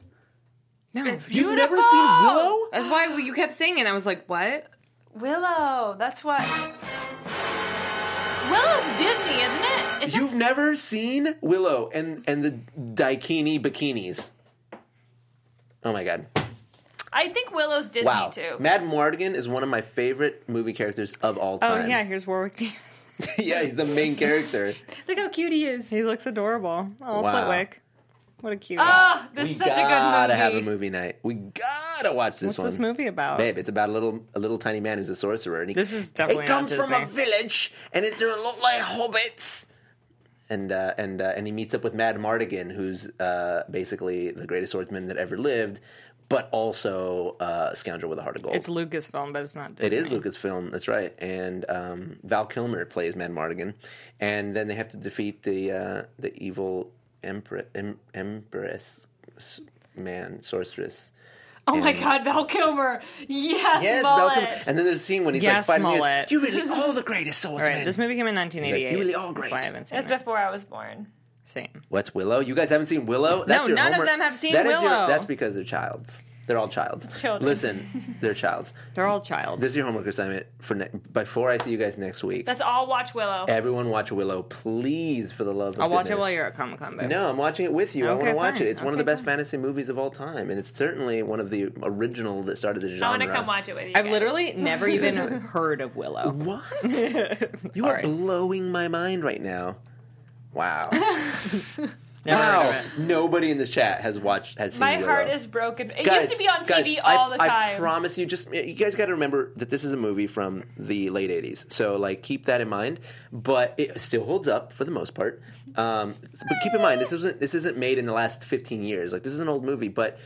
S5: No,
S1: You've never seen Willow?
S5: that's why you kept singing. I was like, what?
S4: Willow. That's what. Willow's Disney, isn't it? Is
S1: You've never seen Willow and and the Daikini bikinis. Oh my god!
S4: I think Willow's Disney
S1: Wow,
S4: too.
S1: Mad Mardigan is one of my favorite movie characters of all
S5: Oh
S1: time.
S5: yeah, here's Warwick Davis.
S1: (laughs) yeah, he's the main character.
S4: Look how cute he is.
S5: He looks adorable. Oh,
S1: Wow. Oh,
S5: Flitwick. What a cute.
S4: Ah, this
S1: we
S4: is such a good movie.
S1: gotta have a movie night. We gotta watch this
S5: What's
S1: one.
S5: this movie about?
S1: Babe, it's about a little a little tiny man who's a sorcerer. And he,
S5: This is definitely
S1: He comes
S5: not
S1: from a
S5: Disney.
S1: village, and it, they're a lot like hobbits. And uh, and uh, and he meets up with Mad Mardigan, who's uh, basically the greatest swordsman that ever lived, but also uh, a scoundrel with a heart of gold.
S5: It's Lucasfilm, but it's not. Disney.
S1: It is Lucasfilm, that's right. And um, Val Kilmer plays Mad Mardigan, and then they have to defeat the uh, the evil empress, em- empress s- man, sorceress.
S4: Oh my God, Val Kilmer. Yes,
S1: Yes, Val
S4: mullet.
S1: Kilmer. And then there's a scene when he's
S5: Yes,
S1: like fighting. the
S5: mullet.
S1: You really are the greatest swordsman.
S5: All right, this movie came in 1988.
S1: You really are great.
S5: That's why I haven't seen
S4: That's
S5: it.
S4: before I was born.
S5: Same.
S1: What's Willow? You guys haven't seen Willow? That's
S5: No, none of them have seen
S1: That is your-
S5: Willow.
S1: that's because they're childs. They're all childs.
S4: Children.
S5: (laughs)
S1: Listen, they're childs.
S5: They're all child.
S1: This is your homework assignment for ne- before I see you guys next week.
S4: Let's all watch Willow.
S1: Everyone watch Willow, please, for the love of
S5: I'll watch it
S1: goodness.
S5: while you're at Comic Con. babe.
S1: No, I'm watching it with you. I want to
S5: Okay,
S1: watch
S5: fine.
S1: it. It's one of
S5: Okay,
S1: the best
S5: fine.
S1: fantasy movies of all time, and it's certainly one of the original that started the genre.
S4: I want to come watch it with you.
S5: I've
S4: guys.
S5: literally (laughs) never even heard of Willow.
S1: What?
S5: (laughs)
S1: you are blowing my mind right now. Wow!
S5: (laughs) Never heard of
S1: wow!
S5: it.
S1: Nobody in this chat has watched has seen.
S4: My
S1: Willow.
S4: heart is broken. It
S1: Guys,
S4: used to be on
S1: guys,
S4: TV
S1: I-
S4: all the
S1: I
S4: time.
S1: promise you. Just you guys got to remember that this is a movie from the late '80s, so like keep that in mind. But it still holds up for the most part. Um, but keep in mind this isn't this isn't made in the last 15 years. Like this is an old movie, but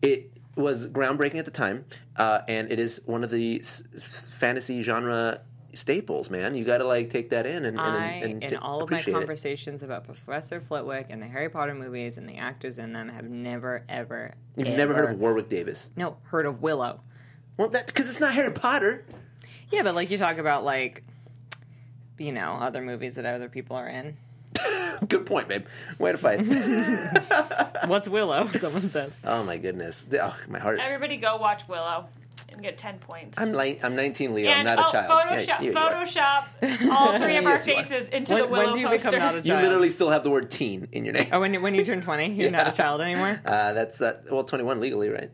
S1: it was groundbreaking at the time, uh, and it is one of the s- fantasy genre staples. Man, you got to like take that in and, and,
S5: I,
S1: and,
S5: in
S1: t-
S5: all of my
S1: appreciate it.
S5: conversations about Professor Flitwick and the Harry Potter movies and the actors in them, have never, ever,
S1: You've never heard of Warwick Davis?
S5: no heard of Willow.
S1: Well, that because it's not Harry Potter. (laughs)
S5: Yeah, but like you talk about like, you know, other movies that other people are in.
S1: Good point, babe. Way to fight. (laughs)
S5: What's Willow? Someone says.
S1: Oh my goodness! The- Oh, my heart.
S4: Everybody go watch Willow and get 10 points.
S1: I'm li- I'm 19, Leo.
S4: and
S1: I'm not
S4: oh,
S1: a child. Yeah,
S4: Photoshop,
S1: you- you are. (laughs)
S4: Photoshop all three of our
S1: Yes, you are.
S4: faces into the
S5: When,
S4: Willow
S5: when do you
S4: poster.
S5: become not a child?
S1: You literally still have the word teen in your name.
S5: Oh, when you, when you turn twenty, you're not a child anymore.
S1: (laughs) Uh, that's uh, well, 21 legally, right?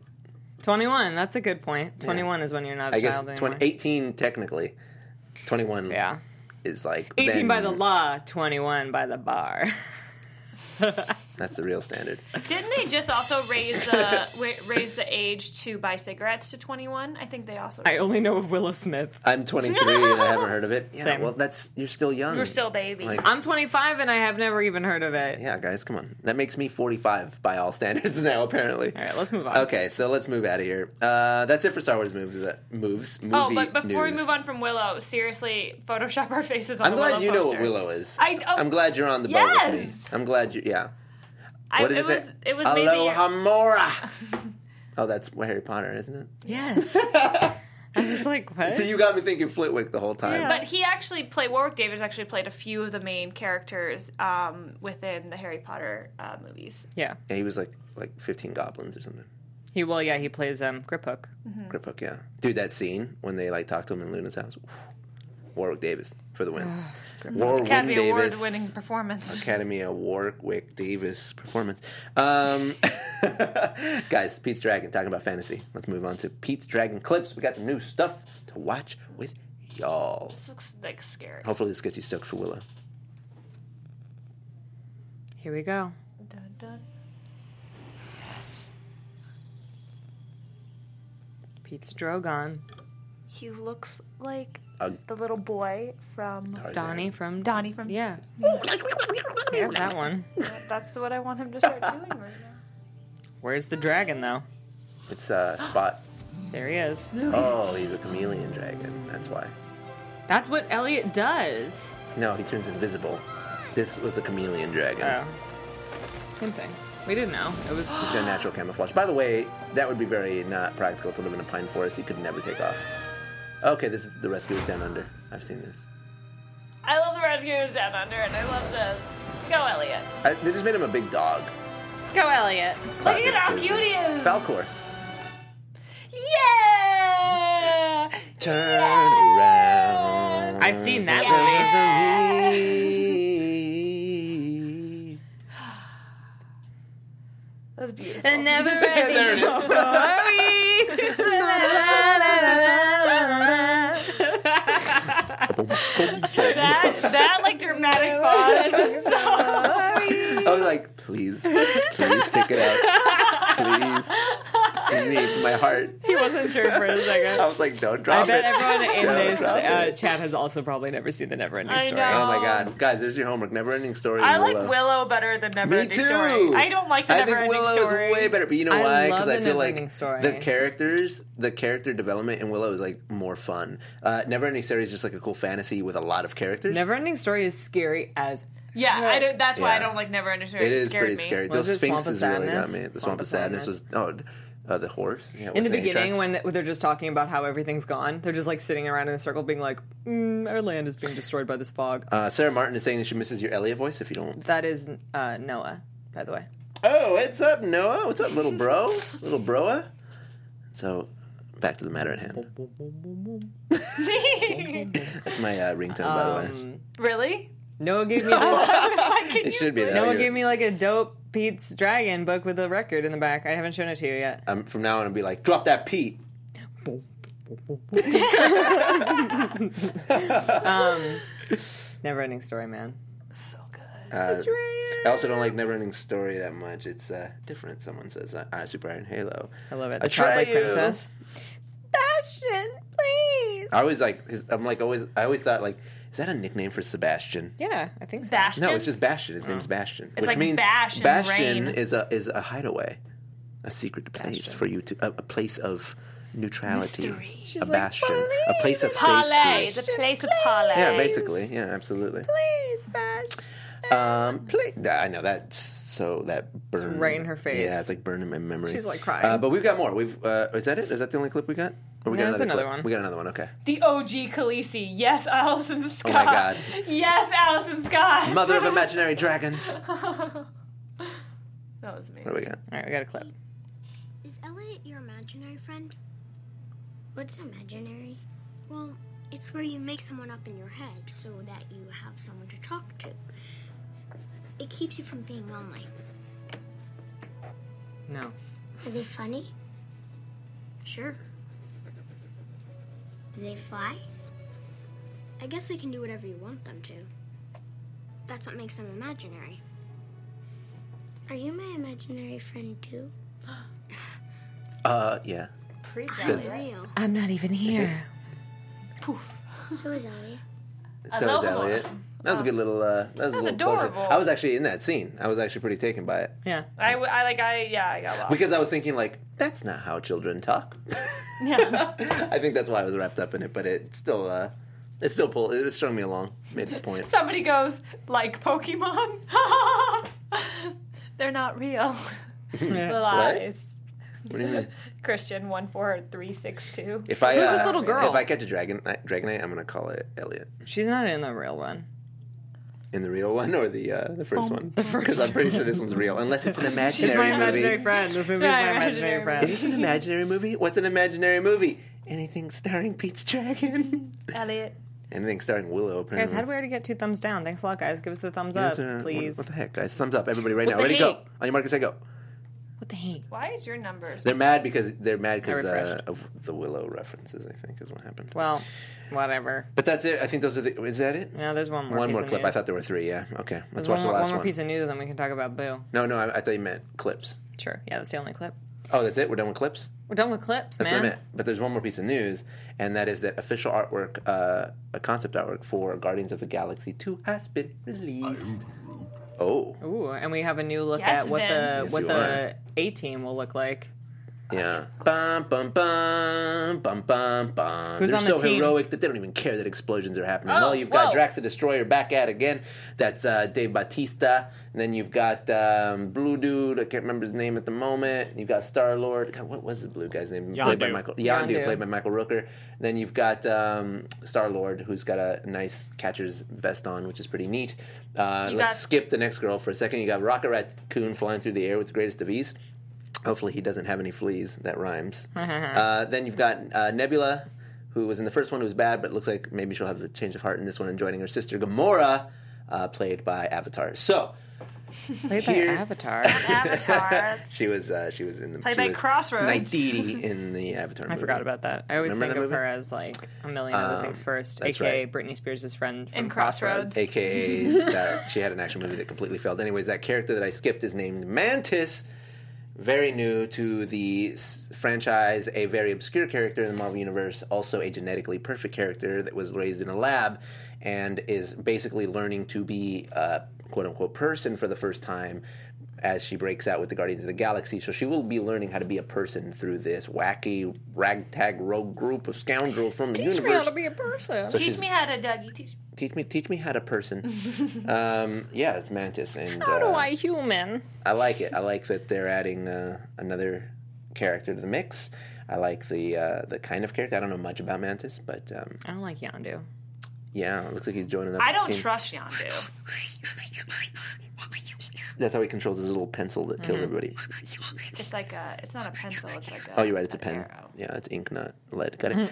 S5: Twenty one. That's a good point. Twenty one is when you're not a
S1: I guess
S5: child
S1: 20,
S5: anymore.
S1: 18 technically. 21
S5: Yeah.
S1: is like
S5: Eighteen by the
S1: then-
S5: law, twenty one by the bar.
S1: That's the real standard.
S4: Didn't they just also raise the (laughs) wa- raise the age to buy cigarettes to 21? I think they also.
S5: (laughs) I only know of Willow Smith.
S1: I'm 23 and I haven't heard of
S5: (laughs)
S1: it. Yeah,
S5: Same.
S1: well, that's you're still young.
S4: You're still a baby.
S1: Like,
S5: I'm 25 and I have never even heard of it.
S1: yeah, guys, come on. That makes me 45 by all standards (laughs) now, apparently.
S5: All right, let's move on.
S1: Okay, so let's move out of here. Uh, that's it for Star Wars moves. uh, Moves. Movie
S4: oh, but before
S1: news.
S4: we move on from Willow, seriously, Photoshop our faces on
S1: I'm
S4: the
S1: glad
S4: Willow
S1: you know what
S4: poster.
S1: Willow is.
S4: I- oh,
S1: I'm glad you're on the boat with me.
S4: yes!
S1: I'm glad you. Yeah.
S4: I-
S1: What did
S4: it
S1: it
S4: was
S1: say?
S4: it was maybe (laughs)
S1: Alohomora. oh, that's Harry Potter, isn't it?
S5: Yes. (laughs) I was like,
S1: (laughs)
S5: what?
S1: So you got me thinking Flitwick the whole time.
S4: But he actually played Warwick Davis actually played a few of the main characters um, within the Harry Potter uh, movies.
S5: yeah.
S1: Yeah, he was like like 15 goblins or something.
S5: He well, yeah, he plays um Grip Hook.
S4: Hmm.
S1: Grip hook, yeah. Dude, that scene when they like talk to him in Luna's house. Warwick Davis for the win.
S4: (sighs)
S1: Warwick
S4: Academy Award
S1: Davis.
S4: winning performance.
S1: Academy of Warwick Davis performance. Um, (laughs) guys, Pete's Dragon talking about fantasy. Let's move on to Pete's Dragon clips. We got some new stuff to watch with y'all.
S4: This looks like scary.
S1: Hopefully, this gets you stoked for Willow.
S5: Here we go.
S4: Dun, dun.
S5: Pete's Drogon.
S4: He looks like
S1: A
S4: the little boy from
S1: Tarzan.
S5: Donnie from
S4: Donnie from
S5: Yeah. yeah, that one.
S4: That's what I want him to start doing right now.
S5: Where's the dragon though?
S1: It's
S5: (gasps)
S1: uh, Spot.
S5: There he is.
S1: Oh, he's a chameleon dragon. That's why.
S5: That's what Elliot does.
S1: No, he turns invisible. This was a chameleon dragon.
S5: Oh. Same thing. We didn't know. It was
S1: He's got natural camouflage. By the way, that would be very not practical to live in a pine forest. He could never take off. Okay, this is the rescuers down under. I've seen this.
S4: I love the Rescuers Down Under, and I love this. Go Elliot.
S1: I, they just made him a big dog.
S5: Go Elliot.
S1: Classic
S4: at how
S1: Disney.
S4: cute he is.
S1: Falcor.
S4: Yeah.
S1: Turn around.
S5: I've seen that movie.
S1: Follow the
S5: (laughs)
S1: lead.
S4: That was beautiful.
S5: A never ending
S4: that that like dramatic pause was so
S1: I was like, please, please pick it up. Please. It needs my heart.
S5: (laughs) He wasn't sure for a
S1: I
S5: second.
S1: was like, don't drop
S5: (laughs) I bet
S1: it.
S5: everyone in
S1: Don't
S5: this
S1: drop
S5: uh,
S1: it.
S5: chat has also probably never seen the Never Ending
S4: I
S5: Story.
S4: know.
S1: Oh my god, guys! There's your homework. Never ending story.
S4: I
S1: and
S4: like Willow better than Never
S1: Me
S4: Ending
S1: too.
S4: Story. I don't like the
S1: I
S4: Never
S1: think
S4: Ending
S1: Willow
S4: Story.
S1: is way better, but you know
S5: I
S1: why?
S5: love
S1: Because I
S5: the
S1: feel
S5: Never
S1: like
S5: Ending Story.
S1: the characters, the character development in Willow is like more fun. Uh, Never Ending Story is just like a cool fantasy with a lot of characters.
S5: Never Ending Story is scary as
S4: Yeah, I don't, that's why I
S1: Yeah.
S4: don't like Never Ending Story.
S1: It is
S4: scared
S1: pretty
S4: me.
S1: scary.
S5: What
S1: Those
S5: was it, Swamp of
S1: sphinxes really got
S5: Sadness?
S1: me. The
S5: Swamp
S1: swamp
S5: of
S1: of sadness was
S5: Sadness.
S1: oh, uh, the horse. Yeah,
S5: in the beginning when th- they're just talking about how everything's gone they're just like sitting around in a circle being like mm, our land is being destroyed by this fog
S1: uh, Sarah Martin is saying that she misses your Elliot voice if you don't.
S5: that is uh, noah by the way
S1: Oh, what's up, Noah? What's up, little
S4: (laughs)
S1: bro? little broa? So, back to the matter at hand. That's my uh, ringtone, by the way.
S4: (laughs)
S5: Um,
S4: Really?
S5: noah gave (laughs) me this,
S1: It should be that.
S5: noah
S1: You're-
S5: gave me like a dope pete's dragon book with a record in the back i haven't shown it to you yet
S1: um, from now on, I'll be like, drop that Pete.
S5: never ending story man
S4: So good.
S1: Uh, I also don't like Never Ending Story that much. It's uh, different. Someone says I, I Super Iron Halo.
S5: i love it the
S1: Atreyu.
S5: Childlike princess Sebastian, please
S1: I always like. His, I'm like always. I always thought like, is that a nickname for Sebastian?
S5: yeah i think so
S4: Bastion.
S1: No, it's just Bastion. His
S5: Oh.
S1: name's Bastion, which
S4: like
S1: means
S4: Bash and
S1: Bastion
S4: Rain.
S1: is a is a hideaway, a secret place for you to a, a place of neutrality, a bastion, a place of
S4: parlay.
S1: safety.
S4: It's a place of parlay.
S1: Yeah, basically. Yeah, absolutely.
S5: please Sebastian.
S1: Um, play. I know that's so that burn
S5: right in her face.
S1: Yeah, it's like burning my memory.
S5: She's, like, crying.
S1: Uh, but we've got more. We've uh, is that it? Is that the only clip we got? Or we
S5: Yeah,
S1: got
S5: that's another
S1: clip?
S5: one.
S1: We got another one. Okay.
S4: The OG Khaleesi. Yes, Allison Scott.
S1: Oh God.
S4: Yes, Allison Scott.
S1: Mother of imaginary dragons. What
S4: (laughs) That was me.
S1: do we got?
S5: all right we got a clip
S7: Is Elliot your imaginary friend? What's imaginary? Well, it's where you make someone up in your head so that you have someone to talk to. It keeps you from being lonely.
S5: no
S7: Are they funny? Sure. Do they fly? I guess they can do whatever you want them to. That's what makes them imaginary. Are you my imaginary friend too?
S1: Uh, yeah.
S4: Pre
S1: Does-
S7: Real.
S5: I'm not even here.
S7: So is Elliot.
S1: So is
S4: love
S1: Elliot.
S4: him.
S1: That
S5: Oh.
S1: was a good little. Uh, that was a little closure.
S4: adorable.
S1: I was actually in that scene. I was actually pretty taken by it
S5: (laughs) yeah.
S4: I, w- I like I yeah I got lost.
S1: because I was thinking like, that's not how children talk. (laughs)
S4: yeah.
S1: I think that's why I was wrapped up in it, but it still, uh, it still pulled. It was strung me along, made its
S5: (laughs)
S1: point.
S4: (laughs) Somebody goes like Pokemon. (laughs) They're
S1: (laughs)
S4: not real. Lies.
S1: What do you mean?
S4: (laughs) Christian one four three six two.
S1: If I
S5: Who's
S1: uh,
S5: this little girl?
S1: If I catch a dragon, dragonite, I'm gonna call it Elliot
S5: She's not in the real one.
S1: in the real one or the uh, the first one. The
S5: first
S1: because I'm pretty sure this one's real, unless it's an imaginary
S5: (laughs) She's my
S1: movie.
S5: imaginary friend. This movie is
S4: Yeah,
S5: my
S4: imaginary
S5: imaginary
S1: Is
S5: friend.
S1: this an imaginary movie? What's an imaginary movie? Anything starring Pete's dragon?
S4: (laughs)
S1: (laughs)
S4: Elliot.
S1: Anything starring Willow?
S5: Guys,
S1: Apparently.
S5: how do we already get two thumbs down? Thanks a lot, guys. Give us the thumbs
S1: Yes,
S5: up,
S1: uh, what-
S5: please.
S1: What the heck, guys? Thumbs up, everybody, right now.
S5: the
S1: Ready, go.
S5: heck?
S1: On your mark, set, go.
S5: What the heck?
S4: Why is your
S1: (laughs)
S4: numbers?
S1: They're mad because they're mad because
S5: I
S1: uh,
S5: refreshed.
S1: of the Willow references. I think is what happened.
S5: Well, whatever.
S1: But that's it. I think those are the. Is that it?
S5: No, there's one more.
S1: One
S5: piece
S1: more
S5: of
S1: clip.
S5: News.
S1: I thought there were three. Yeah. Okay. Let's
S5: there's
S1: watch
S5: one,
S1: the
S5: more-
S1: last
S5: one
S1: one.
S5: more piece of news, then we can talk about Boo.
S1: No, no. I, I thought you meant clips.
S5: Sure. Yeah, that's the only clip.
S1: Oh, that's it. We're done with clips.
S5: We're done with clips,
S1: That's
S5: man.
S1: what I meant. But there's one more piece of news, and that is that official artwork, uh, a concept artwork for Guardians of the Galaxy Two, has been released. Oh,
S5: Ooh, and we have a new look
S4: Yes,
S5: at what
S4: Vin.
S5: the
S1: Yes,
S5: what
S1: you
S5: the A team will look like.
S1: yeah. Bum bum bum bum bum bum.
S5: Who's
S1: They're
S5: on
S1: so
S5: the team?
S1: heroic that they don't even care that explosions are happening.
S4: Oh,
S1: well, you've got
S4: whoa.
S1: Drax the Destroyer back at again. That's uh, Dave Batista. And then you've got um, Blue Dude. I can't remember his name at the moment. You've got Star Lord. God, what was the blue guy's name? Played by
S6: Yondu.
S1: Michael. Yondu,
S5: Yondu.
S1: played by Michael Rooker. Then you've got um, Star Lord, who's got a nice catcher's vest on, which is pretty neat. Uh,
S4: You
S1: let's
S4: got-
S1: skip the next girl for a second. You got Rocket Raccoon flying through the air with the greatest of ease. Hopefully, he doesn't have any fleas. That
S4: (laughs)
S1: rhymes.
S4: Uh-huh.
S1: uh, then you've got uh, Nebula, who was in the first one, who was bad, but looks like maybe she'll have a change of heart in this one and joining her sister Gamora, uh, played by Avatar. So
S5: Played by
S1: Here-
S5: Avatar.
S4: (laughs) Avatar.
S1: she was uh, she was in the
S4: Played
S1: she
S4: by
S1: was
S4: Crossroads.
S1: Nytiti in the Avatar.
S5: (laughs) I forgot about that. I always
S1: Remember
S5: think
S1: that
S5: of
S1: movie? Um,
S5: her as like a million other things first,
S1: that's
S5: aka
S1: right.
S5: Britney Spears' friend from
S4: And
S5: Crossroads.
S4: Crossroads.
S1: AKA
S4: (laughs)
S1: that she had an action movie that completely failed. Anyways, that character that I skipped is named Mantis. Very new to the s- franchise, a very obscure character in the Marvel Universe, also a genetically perfect character that was raised in a lab and is basically learning to be a quote unquote person for the first time as she breaks out with the Guardians of the Galaxy. So she will be learning how to be a person through this wacky ragtag rogue group of scoundrels from the universe.
S5: be a person.
S1: So
S4: Teach
S1: she's-
S4: me how to Doug. You teach.
S1: teach me teach me how to person um, yeah it's mantis and
S5: How do
S1: uh,
S5: I human?
S1: I like it i like that they're adding uh, another character to the mix i like the uh, the kind of character i don't know much about mantis but um,
S5: I don't like Yondu.
S1: yeah it looks like he's joining up
S4: I
S1: with the
S4: don't
S1: team.
S4: trust Yondu.
S1: (laughs) that's how he controls his little pencil that kills
S4: (laughs)
S1: everybody
S4: It's like a. It's not a pencil. It's like a.
S1: oh you're right it's a
S4: an
S1: pen
S4: arrow.
S1: yeah it's ink not lead got it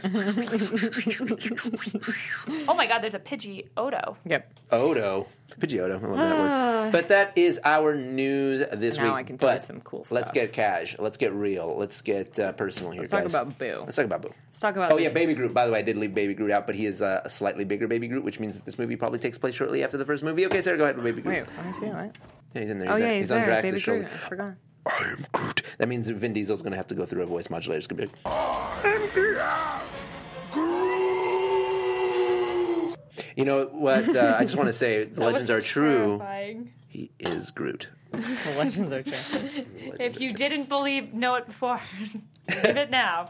S4: Oh my God! There's a Pidgey Odo.
S5: Yep.
S1: odo Pidgeotto, I love that word. But that is our news this
S5: Ah. Now
S1: week.
S5: I can tell you
S1: But
S5: some cool
S1: Let's
S5: stuff.
S1: get cash. Let's get real. Let's get uh, personal here.
S5: Let's talk
S1: guys.
S5: about Boo.
S1: Let's talk about Boo.
S5: Let's talk about
S1: Oh yeah,
S5: this-
S1: Baby Groot. By the way, I did leave Baby Groot out, but he is uh, a slightly bigger Baby Groot, which means that this movie probably takes place shortly after the first movie. Okay, Sarah, go ahead with Baby Groot.
S5: Wait, I see that.
S1: Yeah, he's in there.
S5: Oh
S1: he's
S5: yeah,
S1: on,
S5: he's,
S1: on
S5: there.
S1: Drax's
S5: Baby
S1: shoulder.
S5: Groot. I forgot.
S1: I am Groot. That means that Vin Diesel's going to have to go through a voice modulator. It's going to be like, I am Groot. You know what? Uh, I just want to say
S5: (laughs)
S1: the legends are true.
S4: Terrifying.
S1: He is Groot.
S5: (laughs) The legends are true.
S4: If you didn't believe, know it before. (laughs) Believe it now.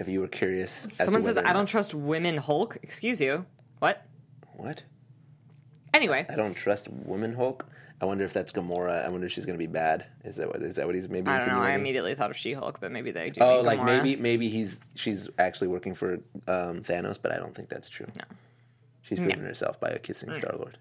S1: If you were curious, as
S5: Someone
S1: to
S5: says
S1: whether or
S5: I don't
S1: not-
S5: trust women Hulk. Excuse you. What?
S1: What?
S5: Anyway,
S1: I don't trust woman Hulk. I wonder if that's Gamora. I wonder if she's going to be bad. Is that what? Is that what he's maybe?
S5: I don't know. I
S1: insinuating?
S5: immediately thought of She Hulk, but maybe they do.
S1: Oh,
S5: make
S1: like
S5: Gamora.
S1: maybe maybe he's she's actually working for um, Thanos, but I don't think that's true. No, she's proven herself by kissing
S5: Mm.
S1: Star Lord.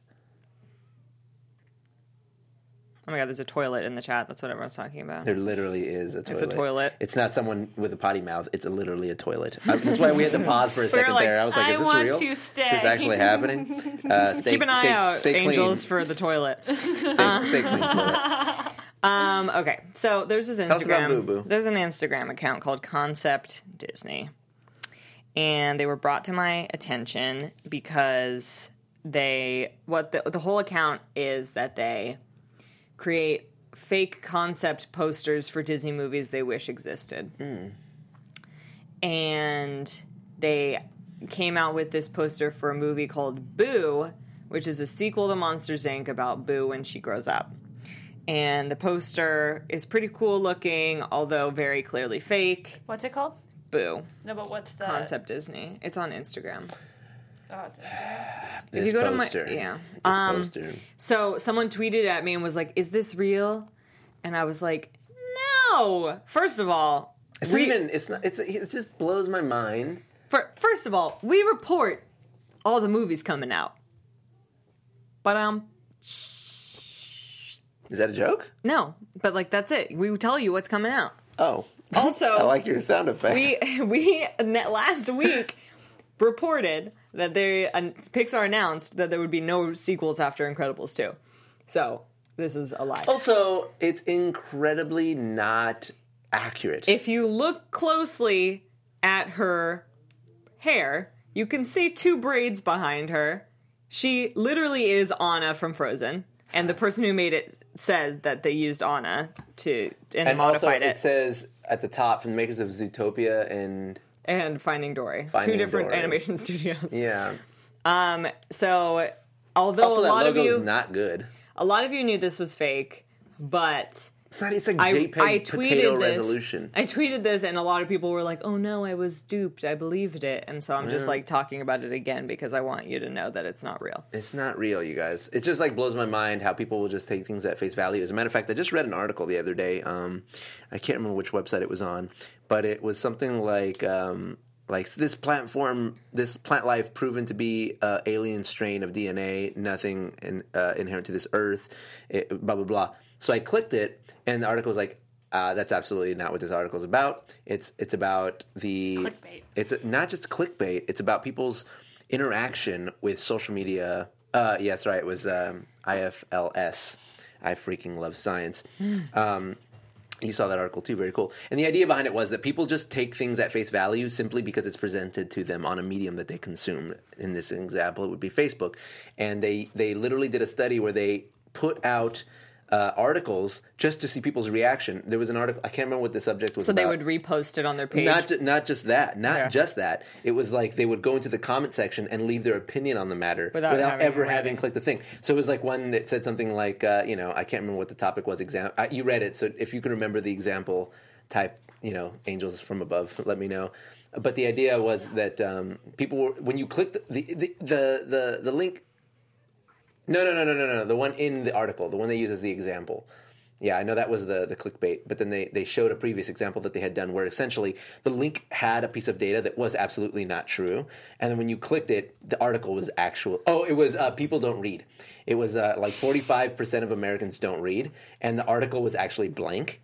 S5: Oh my god, there's a toilet in the chat. That's what everyone's talking about.
S1: There literally is a toilet.
S5: It's a toilet.
S1: It's not someone with a potty mouth. It's literally a toilet. I- that's why
S5: (laughs)
S1: we had to pause for a second
S5: like,
S1: there. I was like,
S4: "I
S1: is this
S4: want
S1: real?
S4: to
S1: Is
S4: stay."
S1: this actually happening?
S5: (laughs)
S1: Uh, stay,
S5: Keep an eye
S1: stay,
S5: out,
S1: stay clean.
S5: angels, for the toilet.
S1: Stay, stay clean,
S5: (laughs)
S1: toilet.
S5: Um, okay, so there's this
S1: us about
S5: Instagram.
S1: Boo Boo.
S5: There's an Instagram account called Concept Disney, and they were brought to my attention because they what the, the whole account is that they create fake concept posters for Disney movies they wish existed.
S1: Hmm.
S5: And they came out with this poster for a movie called Boo, which is a sequel to Monsters Inc. about Boo when she grows up. And the poster is pretty cool looking, although very clearly fake.
S4: What's it called?
S5: Boo.
S4: No, but what's the
S5: Concept Disney. It's on Instagram.
S4: Oh, it's Instagram.
S1: This
S5: you go to my-
S1: poster.
S5: yeah. Um,
S1: This poster.
S5: So someone tweeted at me and was like, "Is this real?" And I was like, "No." First of all,
S1: It's
S5: we-
S1: not even. It's not. It's. It just blows my mind.
S5: fir- first of all, we report all the movies coming out. But um,
S1: Is that a joke?
S5: no, but like that's it. We tell you what's
S1: (laughs)
S5: coming out.
S1: Oh.
S5: Also,
S1: I like your sound effect.
S5: we (laughs) we ne- last week reported that they an Pixar announced that there would be no sequels after Incredibles two. So this is a lie.
S1: also, it's incredibly not accurate.
S5: if you look closely at her hair, you can see two braids behind her. She literally is Anna from Frozen, and the person who made it says that they used Anna to and,
S1: and also,
S5: modified
S1: it.
S5: it.
S1: says at the top from the makers of Zootopia and
S5: and Finding Dory, two
S1: Finding
S5: different
S1: Dory.
S5: animation (laughs) studios.
S1: yeah.
S5: Um, so although
S1: Also,
S5: a
S1: Oh, that
S5: lot of
S1: logo is
S5: you,
S1: not good.
S5: a lot of you knew this was fake, but
S1: It's not. It's like
S5: I,
S1: JPEG
S5: I tweeted
S1: potato
S5: this.
S1: resolution.
S5: I tweeted this, and a lot of people were like, "Oh no, I was duped. I believed it." And so I'm just like talking about it again because I want you to know that it's not real.
S1: It's not real, you guys. It just like blows my mind how people will just take things at face value. As a matter of fact, I just read an article the other day. Um, I can't remember which website it was on, but it was something like um, like this platform, this plant life proven to be uh, alien strain of DNA, nothing in, uh, inherent to this earth, it, blah blah blah. So I clicked it, and the article was like. Uh, that's absolutely not what this article is about. It's it's about the
S4: Clickbait.
S1: it's not just clickbait. It's about people's interaction with social media. Uh, yes, right. It was um, IFLS. I freaking love science.
S5: Hmm.
S1: Um, you saw that article too. Very cool. And the idea behind it was that people just take things at face value simply because it's presented to them on a medium that they consume. In this example, it would be Facebook, and they they literally did a study where they put out. Uh, articles just to see people's reaction. There was an article I can't remember what the subject was.
S5: So they
S1: about.
S5: would repost it on their page.
S1: Not ju- not just that, not just that. It was like they would go into the comment section and leave their opinion on the matter
S5: Without
S1: without,
S5: having
S1: ever
S5: read
S1: having
S5: it.
S1: clicked the thing. So it was like one that said something like, uh, you know, I can't remember what the topic was. Exam, I, you read it, so if you can remember the example, type, you know, angels from above. Let me know. But the idea was that um, people were when you clicked the the the the, the, the link. No, no, no, no, no, no. The one in the article, the one they use as the example. Yeah, I know that was the the clickbait, but then they they showed a previous example that they had done where essentially the link had a piece of data that was absolutely not true, and then when you clicked it, the article was actual. Oh, it was uh, people don't read. It was uh, like forty five percent of Americans don't read, and the article was actually blank.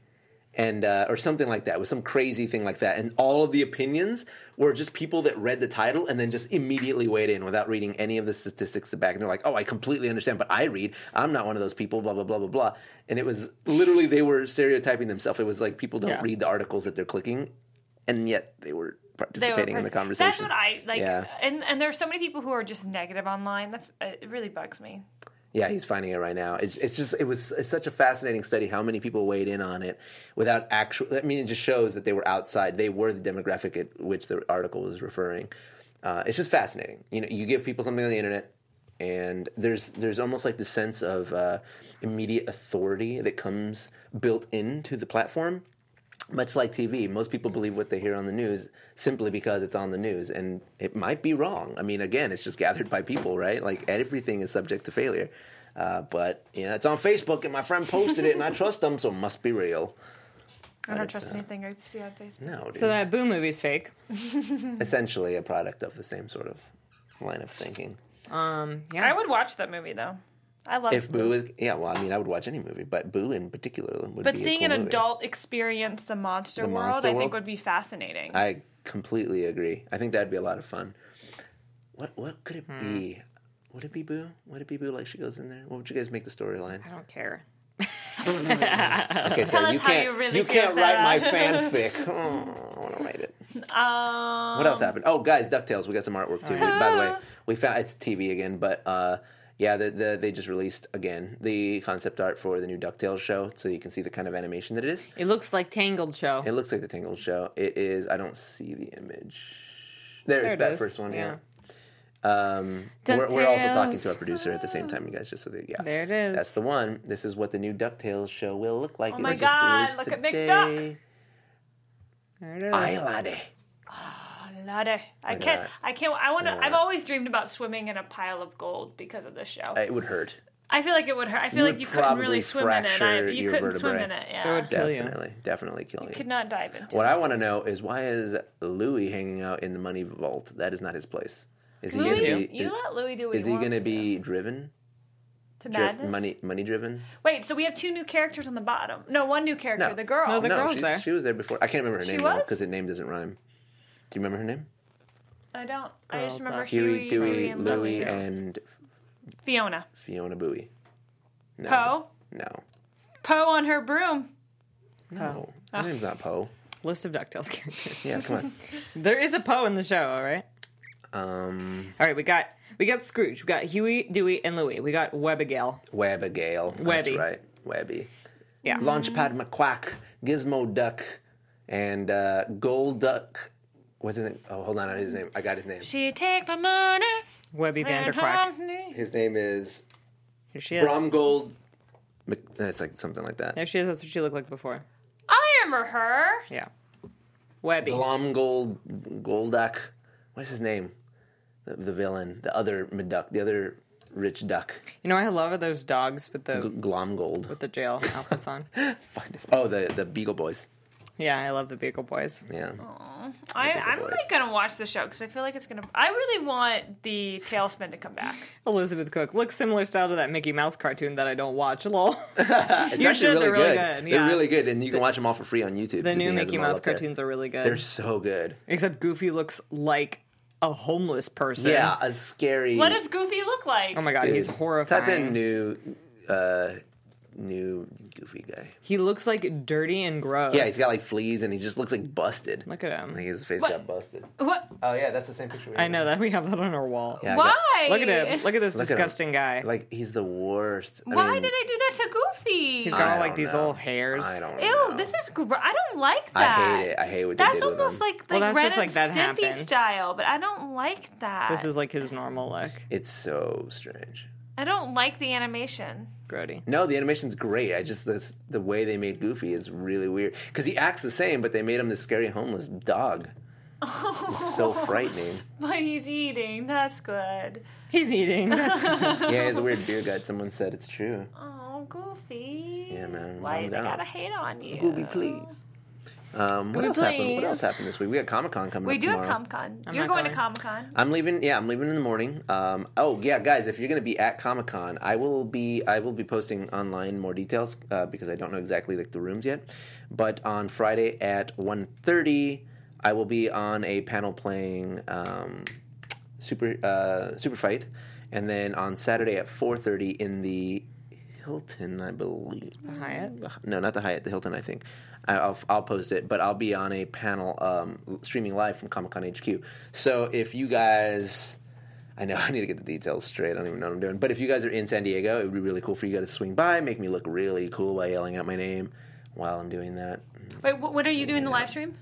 S1: And uh, or something like that, it was some crazy thing like that, and all of the opinions were just people that read the title and then just immediately weighed in without reading any of the statistics back. And they're like, "Oh, I completely understand, but I read. I'm not one of those people." Blah blah blah blah blah. And it was literally they were stereotyping themselves. It was like people don't
S5: Yeah.
S1: read the articles that they're clicking, and yet they were
S4: They were
S1: participating in the
S4: perfect.
S1: conversation.
S4: That's what I like.
S1: Yeah.
S4: And and there's so many people who are just negative online. That's it. Really bugs me.
S1: Yeah, he's finding it right now. It's it's just it was it's such a fascinating study how many people weighed in on it without actual. I mean, it just shows that they were outside. They were the demographic at which the article was referring. Uh, it's just fascinating. You know, you give people something on the internet, and there's there's almost like the sense of uh, immediate authority that comes built into the platform much like TV, most people believe what they hear on the news simply because it's on the news, and it might be wrong. I mean, again, it's just gathered by people, right? Like everything is subject to failure. Uh, but you know, it's on Facebook, and my friend posted it, and
S4: (laughs)
S1: I trust them, so it must be real.
S4: I don't
S1: it's,
S4: trust
S1: uh,
S4: anything I see on Facebook.
S1: No, dude.
S5: so that Boo movie's fake.
S1: essentially a product of the same sort of line of thinking.
S4: I would watch that movie though. I love.
S1: If Boo is, yeah, well, I mean, I would watch any movie, but Boo in particular would.
S4: but
S1: be a
S4: seeing
S1: cool
S4: an
S1: movie.
S4: adult experience the monster world,
S1: monster
S4: I think
S1: world?
S4: would be fascinating.
S1: I completely agree. I think that'd be a lot of fun. What what could it be?
S4: Hmm.
S1: Would it be Boo? Would it be Boo like she goes in there? What would you guys make the storyline?
S5: I don't care.
S1: Okay,
S4: Tell
S1: so
S4: us
S1: you
S4: how
S1: can't
S4: you really feel,
S1: can't write my
S4: Sarah.
S1: fanfic.
S4: (laughs)
S1: Oh, I want to write it.
S4: (laughs)
S1: Um, what else happened? Oh, guys, Ducktales. We got some artwork too. We- By the way, we found it's TV again, but uh, yeah, the, the, they just released again the concept art for the new Ducktales show, so you can see the kind of animation that it is.
S5: It looks like Tangled show.
S1: It looks like the Tangled show. It is. I don't see the image. There's
S5: There it
S1: that
S5: is.
S1: first one. Yeah.
S5: Yeah.
S1: Um, we're, we're also talking to
S5: DuckTales.
S1: our producer at the same time, you guys. Just so that yeah,
S5: There it is.
S1: That's the one. This is what the new Ducktales show will look like.
S4: Oh
S1: It
S4: my
S1: was
S4: God,
S1: released
S4: look at Big
S1: today.
S5: There it is.
S1: Ay, laddie.
S4: Lade. I
S1: at
S4: can't.
S1: that.
S4: I can't. I want to.
S1: at
S4: I've
S1: that.
S4: always dreamed about swimming in a pile of gold because of this show. I,
S1: Uh, It would hurt.
S4: feel like it would hurt. I feel
S1: you
S4: like
S1: would
S4: you couldn't
S1: probably
S4: really swim in it. I,
S1: fracture
S4: you
S1: your
S4: couldn't swim in
S1: vertebrae.
S4: it. Yeah.
S5: would- Kill you.
S1: definitely, definitely kill you.
S4: Could not dive into.
S1: What
S4: it.
S1: I want to know is why is Louis hanging out in the money vault? That is not his place. Is he
S4: Louis,
S1: going to be?
S4: you
S1: Is,
S4: let Louis do what
S1: is
S4: he,
S1: he going to
S4: wants
S1: be driven?
S4: to
S1: Dri-
S4: madness?
S1: money, money driven.
S4: Wait, so we have two new characters on the bottom. No, one new character,
S1: No.
S4: Oh, the girl.
S5: No, the-
S1: no,
S5: girl's
S1: she's-
S5: there.
S1: she was there before. I can't remember her
S4: She
S1: name though
S4: was?
S1: because the name doesn't rhyme. Do you remember her name?
S4: I don't. I just
S5: Girl,
S4: remember
S5: dog.
S1: Huey,
S4: Huey,
S1: Dewey,
S4: Dewey, and
S1: Louie,
S4: Louie,
S1: and
S4: Fiona,
S1: Fiona Bowie. No.
S4: Poe,
S1: No.
S4: Poe on her broom.
S1: No. Her name's not Poe.
S5: List of DuckTales (laughs) characters.
S1: Yeah,
S4: (laughs)
S1: come
S5: There is a Poe in the show, all right?
S1: on. Um,
S5: All right, we got we got Scrooge, we got Huey, Dewey, and Louie. We got Webigail.
S1: Webigail. That's
S5: Webby.
S1: right. Webby.
S5: Yeah.
S1: Launchpad McQuack, Gizmo Duck, and uh, Gold Duck. What's his name? Oh, hold on. I know his name. I got his name.
S4: She take my money
S5: Webby
S4: and
S5: Vanderquack.
S4: haunt me.
S1: His name is
S5: Here she is.
S1: Bromgold. Mc- uh, It's like something like that.
S5: There she is. That's what she looked like before.
S4: I remember her.
S5: Yeah. Webby.
S1: Glomgold Golduck. What is his name? The, the villain, the other duck, the other rich duck,
S5: You know, I love are those dogs with the
S1: Glomgold.
S5: with the jail outfits on.
S1: (laughs) Fuck. Oh, the the Beagle Boys.
S5: Yeah, I love the Beagle Boys.
S1: Yeah.
S5: Oh.
S4: I,
S1: think it
S4: I'm
S1: was.
S4: like gonna watch the show because I feel like it's gonna. I really want the Tailspin to come back.
S5: Elizabeth Cook looks similar style to that Mickey Mouse cartoon that I don't
S1: (laughs)
S5: watch. Lol.
S1: It's
S5: You
S1: actually
S5: should, they're really good,
S1: They're
S5: yeah.
S1: really good, and you can watch them all for free on YouTube.
S5: The
S1: Disney
S5: new
S1: has
S5: Mickey
S1: them all
S5: Mouse
S1: up there.
S5: cartoons are really good.
S1: They're so good.
S5: Except Goofy looks like a homeless person.
S1: Yeah, a scary.
S4: What does Goofy look like?
S5: Oh my god, he's horrifying.
S1: Type in new, uh, new goofy guy.
S5: He looks like dirty and gross.
S1: Yeah, he's got like fleas, and he just looks like busted.
S5: Look at him.
S1: Like his face
S4: What?
S1: got busted.
S4: What?
S1: Oh yeah, that's the same picture. We
S5: I know that we have that on our wall.
S1: Yeah, I got-
S4: Why?
S5: Look at him. Look at this
S1: Look at him.
S5: disgusting guy.
S1: Like he's the worst. I
S4: Why
S1: mean,
S4: did I do that to Goofy?
S5: he's got
S1: I
S5: all like
S1: don't
S5: these
S1: know.
S5: little hairs.
S1: I don't.
S4: Ew,
S1: know.
S4: this is. Gr- I don't like
S1: I
S4: that.
S1: hate it. I hate what they
S4: That's
S1: did with him.
S4: almost like like
S5: Well, that's
S4: Ren
S5: just like that
S4: and Stimpy
S5: happened.
S4: style, but I don't like that.
S5: This is like his normal look.
S1: It's so strange.
S4: I don't like the animation. (laughs)
S5: Grody.
S1: No, the animation's great. I just this, the way they made Goofy is really weird because he acts the same, but they made him this scary homeless dog. It's
S4: (laughs)
S1: so frightening.
S4: But he's eating. That's good.
S1: (laughs)
S5: He's eating. That's
S1: Yeah, he's a weird beer gut. Someone said it's true.
S4: Oh, Goofy.
S1: Yeah, man.
S4: Why
S1: calm
S4: did they
S1: down.
S4: gotta hate on you?
S1: Gooby, please. Um, what else happened? What else happened this week? We got Comic Con coming.
S4: We
S1: up
S4: do
S1: tomorrow. Uh,
S4: have Comic Con. You're
S5: not
S4: going, to
S5: going.
S4: Comic Con.
S1: I'm leaving. Yeah, I'm leaving in the morning. Um, oh yeah, guys, if you're going to be at Comic Con, I will be. I will be posting online more details uh, because I don't know exactly like the rooms yet. But on Friday at 1.30, I will be on a panel playing um, Super uh, Super Fight, and then on Saturday at 4.30 in the Hilton, I believe.
S5: Hyatt.
S1: (sighs) No, not the Hyatt, the Hilton, I think. I- I'll, I'll post it, but I'll be on a panel um, streaming live from Comic Con HQ. So if you guys, I know (laughs) I need to get the details straight. I don't even know what I'm doing. But if you guys are in San Diego, it would be really cool for you guys to swing by, make me look really cool by yelling out my name while I'm doing that.
S4: Wait, wh- what are you doing the live stream?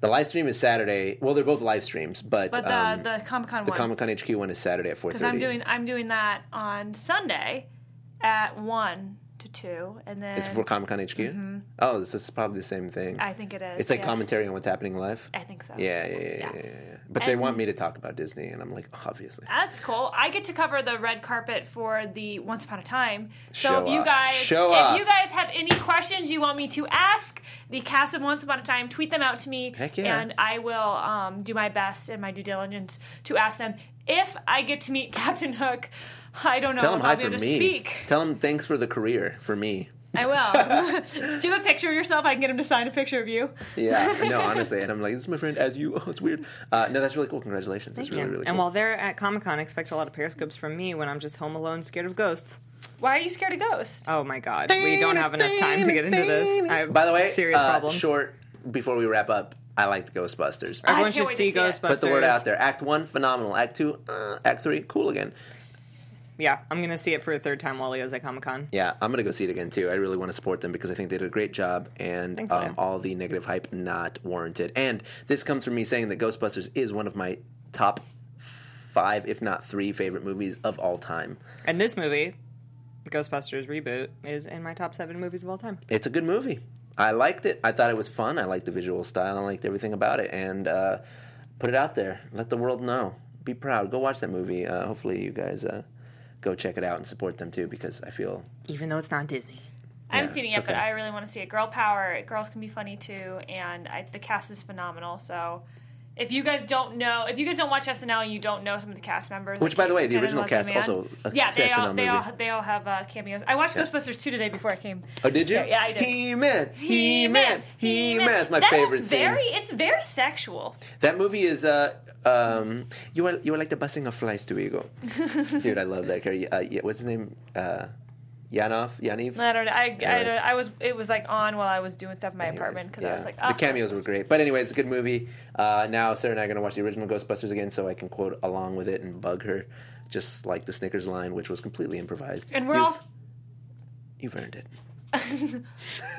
S1: The live stream is Saturday. Well, they're both live streams, but,
S4: But the
S1: um,
S4: the Comic Con
S1: the
S4: one.
S1: Comic Con HQ one is Saturday at 4.30.
S4: Because I'm doing I'm doing that on Sunday at one to two, and then
S1: It's for Comic Con HQ? Oh, this is probably the same thing.
S4: Mm-hmm. I think it is.
S1: it's like
S4: yeah.
S1: commentary on what's happening live.
S4: I think so.
S1: Yeah, yeah, yeah, yeah. yeah, yeah. But they want me to talk about Disney, and I'm like, obviously.
S4: That's cool. I get to cover the red carpet for the Once Upon a Time. So
S1: Show
S4: if you
S1: off.
S4: guys
S1: Show
S4: if
S1: off.
S4: you guys have any questions you want me to ask the cast of Once Upon a Time, tweet them out to me
S1: Heck yeah.
S4: and I will um, do my best and my due diligence to ask them if I get to meet (laughs) Captain Hook. I don't know
S1: Tell them
S4: if
S1: hi
S4: I'll be
S1: for
S4: able
S1: me.
S4: to speak.
S1: Tell them thanks for the career for me. (laughs)
S4: I will. (laughs) do you have a picture of yourself. I can get him to sign a picture of you.
S1: Yeah,
S4: (laughs)
S1: no, honestly. And I'm like, this is my friend as you. (laughs) Oh, it's weird. Uh, no, that's really cool. Congratulations. that's really, really cool.
S5: And while they're at Comic Con, expect a lot of periscopes from me when I'm just home alone, scared of ghosts.
S4: Why are you scared of ghosts?
S5: Oh my god, we don't have enough time to get into this. I have
S1: By the way,
S5: serious
S1: uh,
S5: problems.
S1: short, before we wrap up, I liked Ghostbusters.
S5: Everyone
S4: I can't
S5: should
S4: wait to
S5: see
S4: see it.
S5: Ghostbusters.
S1: Put the word out there. Act one, phenomenal. Act two, uh, act three, cool again.
S5: yeah, I'm gonna see it for a third time while Leo's at Comic Con.
S1: Yeah, I'm gonna go see it again too. I really want to support them because I think they did a great job, and
S5: Thanks, Leah.
S1: um, all the negative hype not warranted. And this comes from me saying that Ghostbusters is one of my top five, if not three, favorite movies of all time.
S5: And this movie, Ghostbusters reboot, is in my top seven movies of all time.
S1: It's a good movie. I liked it. I thought it was fun. I liked the visual style. I liked everything about it. And uh, put it out there. Let the world know. Be proud. Go watch that movie. Uh, hopefully, you guys uh, go check it out and support them too because I feel
S5: Even though it's not Disney.
S4: I haven't seen it
S1: it's
S4: yet, but
S1: okay.
S4: I really want to see it. Girl power. Girls can be funny too, and I, the cast is phenomenal. So. If you guys don't know, if you guys don't watch SNL and you don't know some of the cast members,
S1: Which,
S4: like
S1: by the way, the
S4: Ken and
S1: original
S4: Leslie
S1: cast
S4: Mann,
S1: also uh, a
S4: yeah, they all
S1: SNL
S4: they all
S1: movie.
S4: they all have uh, cameos. I watched Ghostbusters two today before I came.
S1: Oh, did you?
S4: Yeah, yeah, I did.
S1: He Man, He Man, He Man. That's my
S4: That
S1: favorite
S4: is
S1: scene.
S4: Very, it's very sexual.
S1: That movie is uh um you are you are like the busting of flies to
S4: (laughs)
S1: ego. Dude, I love that character. Uh, yeah, what's his name? Uh, Yanov, Yaniv.
S4: I don't know. I, I,
S1: Anyways.
S4: I was. It was like on while I was doing stuff in my
S1: Anyways,
S4: apartment 'cause apartment because I was like, "Ah,
S1: the cameos were great. But anyways, it's a good movie. Uh, now Sarah and I are gonna watch the original Ghostbusters again, so I can quote along with it and bug her, just like the Snickers line, which was completely improvised.
S4: And we're
S1: you've,
S4: all
S1: you've earned it.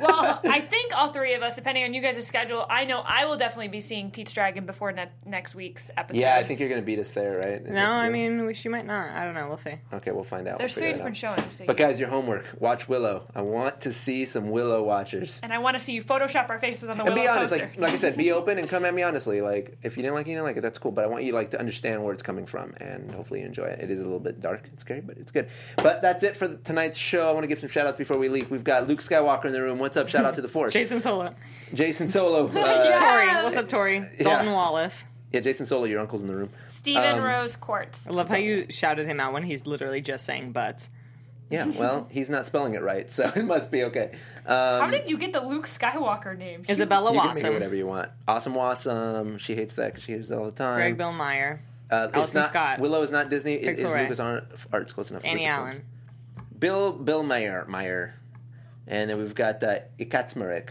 S4: well. I think all three of us, depending on you guys' schedule, I know I will definitely be seeing Pete's Dragon before ne- next week's episode.
S1: Yeah, I think you're gonna beat us there, right? Is that
S5: No, I
S1: you?
S5: mean we, she might not. I don't know. We'll see.
S1: Okay, we'll find out.
S4: there's
S1: We'll
S4: three
S1: figure it
S4: different
S1: out.
S4: showings. so
S1: But
S4: you-
S1: guys, your homework. Watch Willow. I want to see some Willow watchers.
S4: and I want to see you Photoshop our faces on the
S1: And
S4: Willow
S1: be honest,
S4: poster.
S1: like like I said,
S5: (laughs)
S1: be open and come at me honestly. Like if you didn't like it, you didn't like it, that's cool. But I want you like to understand where it's coming from and hopefully you enjoy it. It is a little bit dark and scary, but it's good. But that's it for the, tonight's show. I want to give some shout outs before we leave. We've got Luke Skywalker in the room. What's up? Shout
S5: (laughs)
S1: out to the force.
S5: Jason Solo,
S1: Jason
S5: (laughs)
S1: Solo. Uh, yeah.
S5: Tori, what's up, Tori? Dalton Wallace.
S1: Jason Solo, your uncle's in the room.
S4: Stephen
S1: Um,
S4: Rose Quartz.
S5: I love how you shouted him out when he's literally just saying butts.
S1: Yeah,
S5: (laughs)
S1: well, he's not spelling it right, so (laughs) it must be okay. Um,
S4: How did you get the Luke Skywalker name?
S5: Isabella
S1: You can make it
S5: Wassam,
S1: whatever you want. Awesome, awesome. She hates that because she hears it all the time.
S5: Greg Bill Meyer,
S1: Uh, it's
S5: Allison
S1: not-
S5: Scott.
S1: Willow is not Disney. It is
S5: Pixel Ray.
S1: Lucas Ar- Arts close enough. to
S5: Annie
S1: Lucasfilms.
S5: Allen.
S1: Bill Bill Meyer Meyer, and then we've got uh, Ikatzmarek.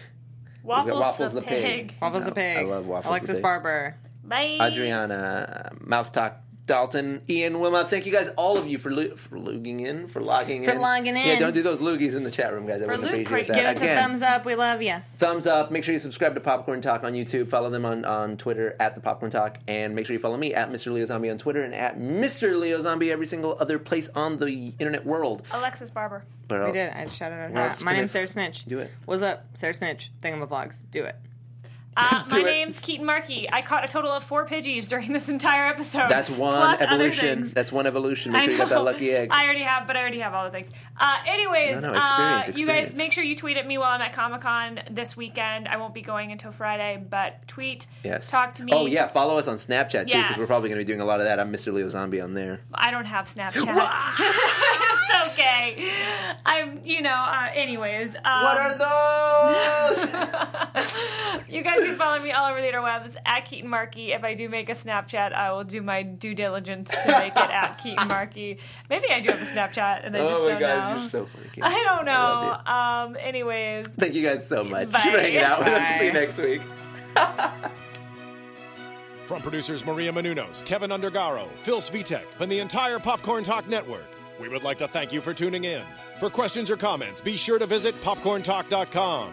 S4: Waffles,
S1: We've got Waffles
S4: the,
S1: the
S4: pig.
S1: Pig.
S5: Waffles the
S1: No,
S5: Pig.
S1: I love Waffles the
S5: Alexis
S1: Pig.
S5: Barber.
S4: Bye.
S1: Adriana uh, Mouse Talk. Dalton, Ian, Wilma, thank you guys, all of you, for, lo- for logging in, for logging
S5: For
S1: in.
S5: logging in.
S1: Yeah, don't do those loogies in the chat room, guys. I wouldn't
S4: loot
S1: appreciate
S4: crate.
S1: that.
S4: Give
S5: Give us
S1: Again,
S5: a thumbs up. We love you.
S1: thumbs up. Make sure you subscribe to Popcorn Talk on YouTube. Follow them on, on Twitter at the Popcorn Talk, and make sure you follow me at Mr. Leo Zombie on Twitter and at Mr. Leo Zombie every single other place on the internet world. (laughs)
S4: Alexis Barber.
S1: But
S5: We
S1: I'll-
S5: did. I shouted out.
S1: Oh. Well,
S5: her.
S1: it's
S5: My
S1: gonna-
S5: name's Sarah Snitch.
S1: Do it.
S5: What's up, Sarah Snitch? Thingamavlogs. Do it.
S4: Uh, my
S1: Do it.
S4: name's Keaton Markey. I caught a total of four pidgeys during this entire episode.
S1: uh, That's one
S4: plus other
S1: evolution.
S4: things.
S1: That's one evolution. Make sure you got that
S4: know.
S1: lucky egg.
S4: I already have, but I already have all the things. Uh, anyways,
S1: No, no, experience,
S4: uh, you guys
S1: experience.
S4: make sure you tweet at me while I'm at Comic Con this weekend. I won't be going until Friday, but tweet.
S1: Yes.
S4: Talk to me.
S1: Oh yeah, follow us on Snapchat too, because
S4: Yes.
S1: we're probably going to be doing a lot of that. I'm Mr. Leo Zombie on there.
S4: I don't have
S1: (laughs)
S4: Snapchat. (laughs) it's okay. I'm, you know. Uh, anyways, um,
S1: what
S4: (laughs)
S1: are those?
S4: you guys can follow me all over the interwebs at Keaton Markey. If I do make a Snapchat, I will do my due diligence to make
S1: (laughs)
S4: it at Keaton Markey. Maybe I do have a Snapchat, and I just
S1: oh my
S4: don't
S1: god,
S4: know.
S1: you're so funny. Kate.
S4: (laughs) I don't know.
S1: love you.
S4: um. Anyways.
S1: Thank you guys so much (laughs)
S4: Bye.
S1: for hanging out with us. We'll see you
S5: Bye.
S1: next week.
S2: From producers Maria Menunos, Kevin Undergaro, Phil Svitek, and the entire Popcorn Talk Network, we would like to thank you for tuning in. For questions or comments, be sure to visit popcorntalk.com.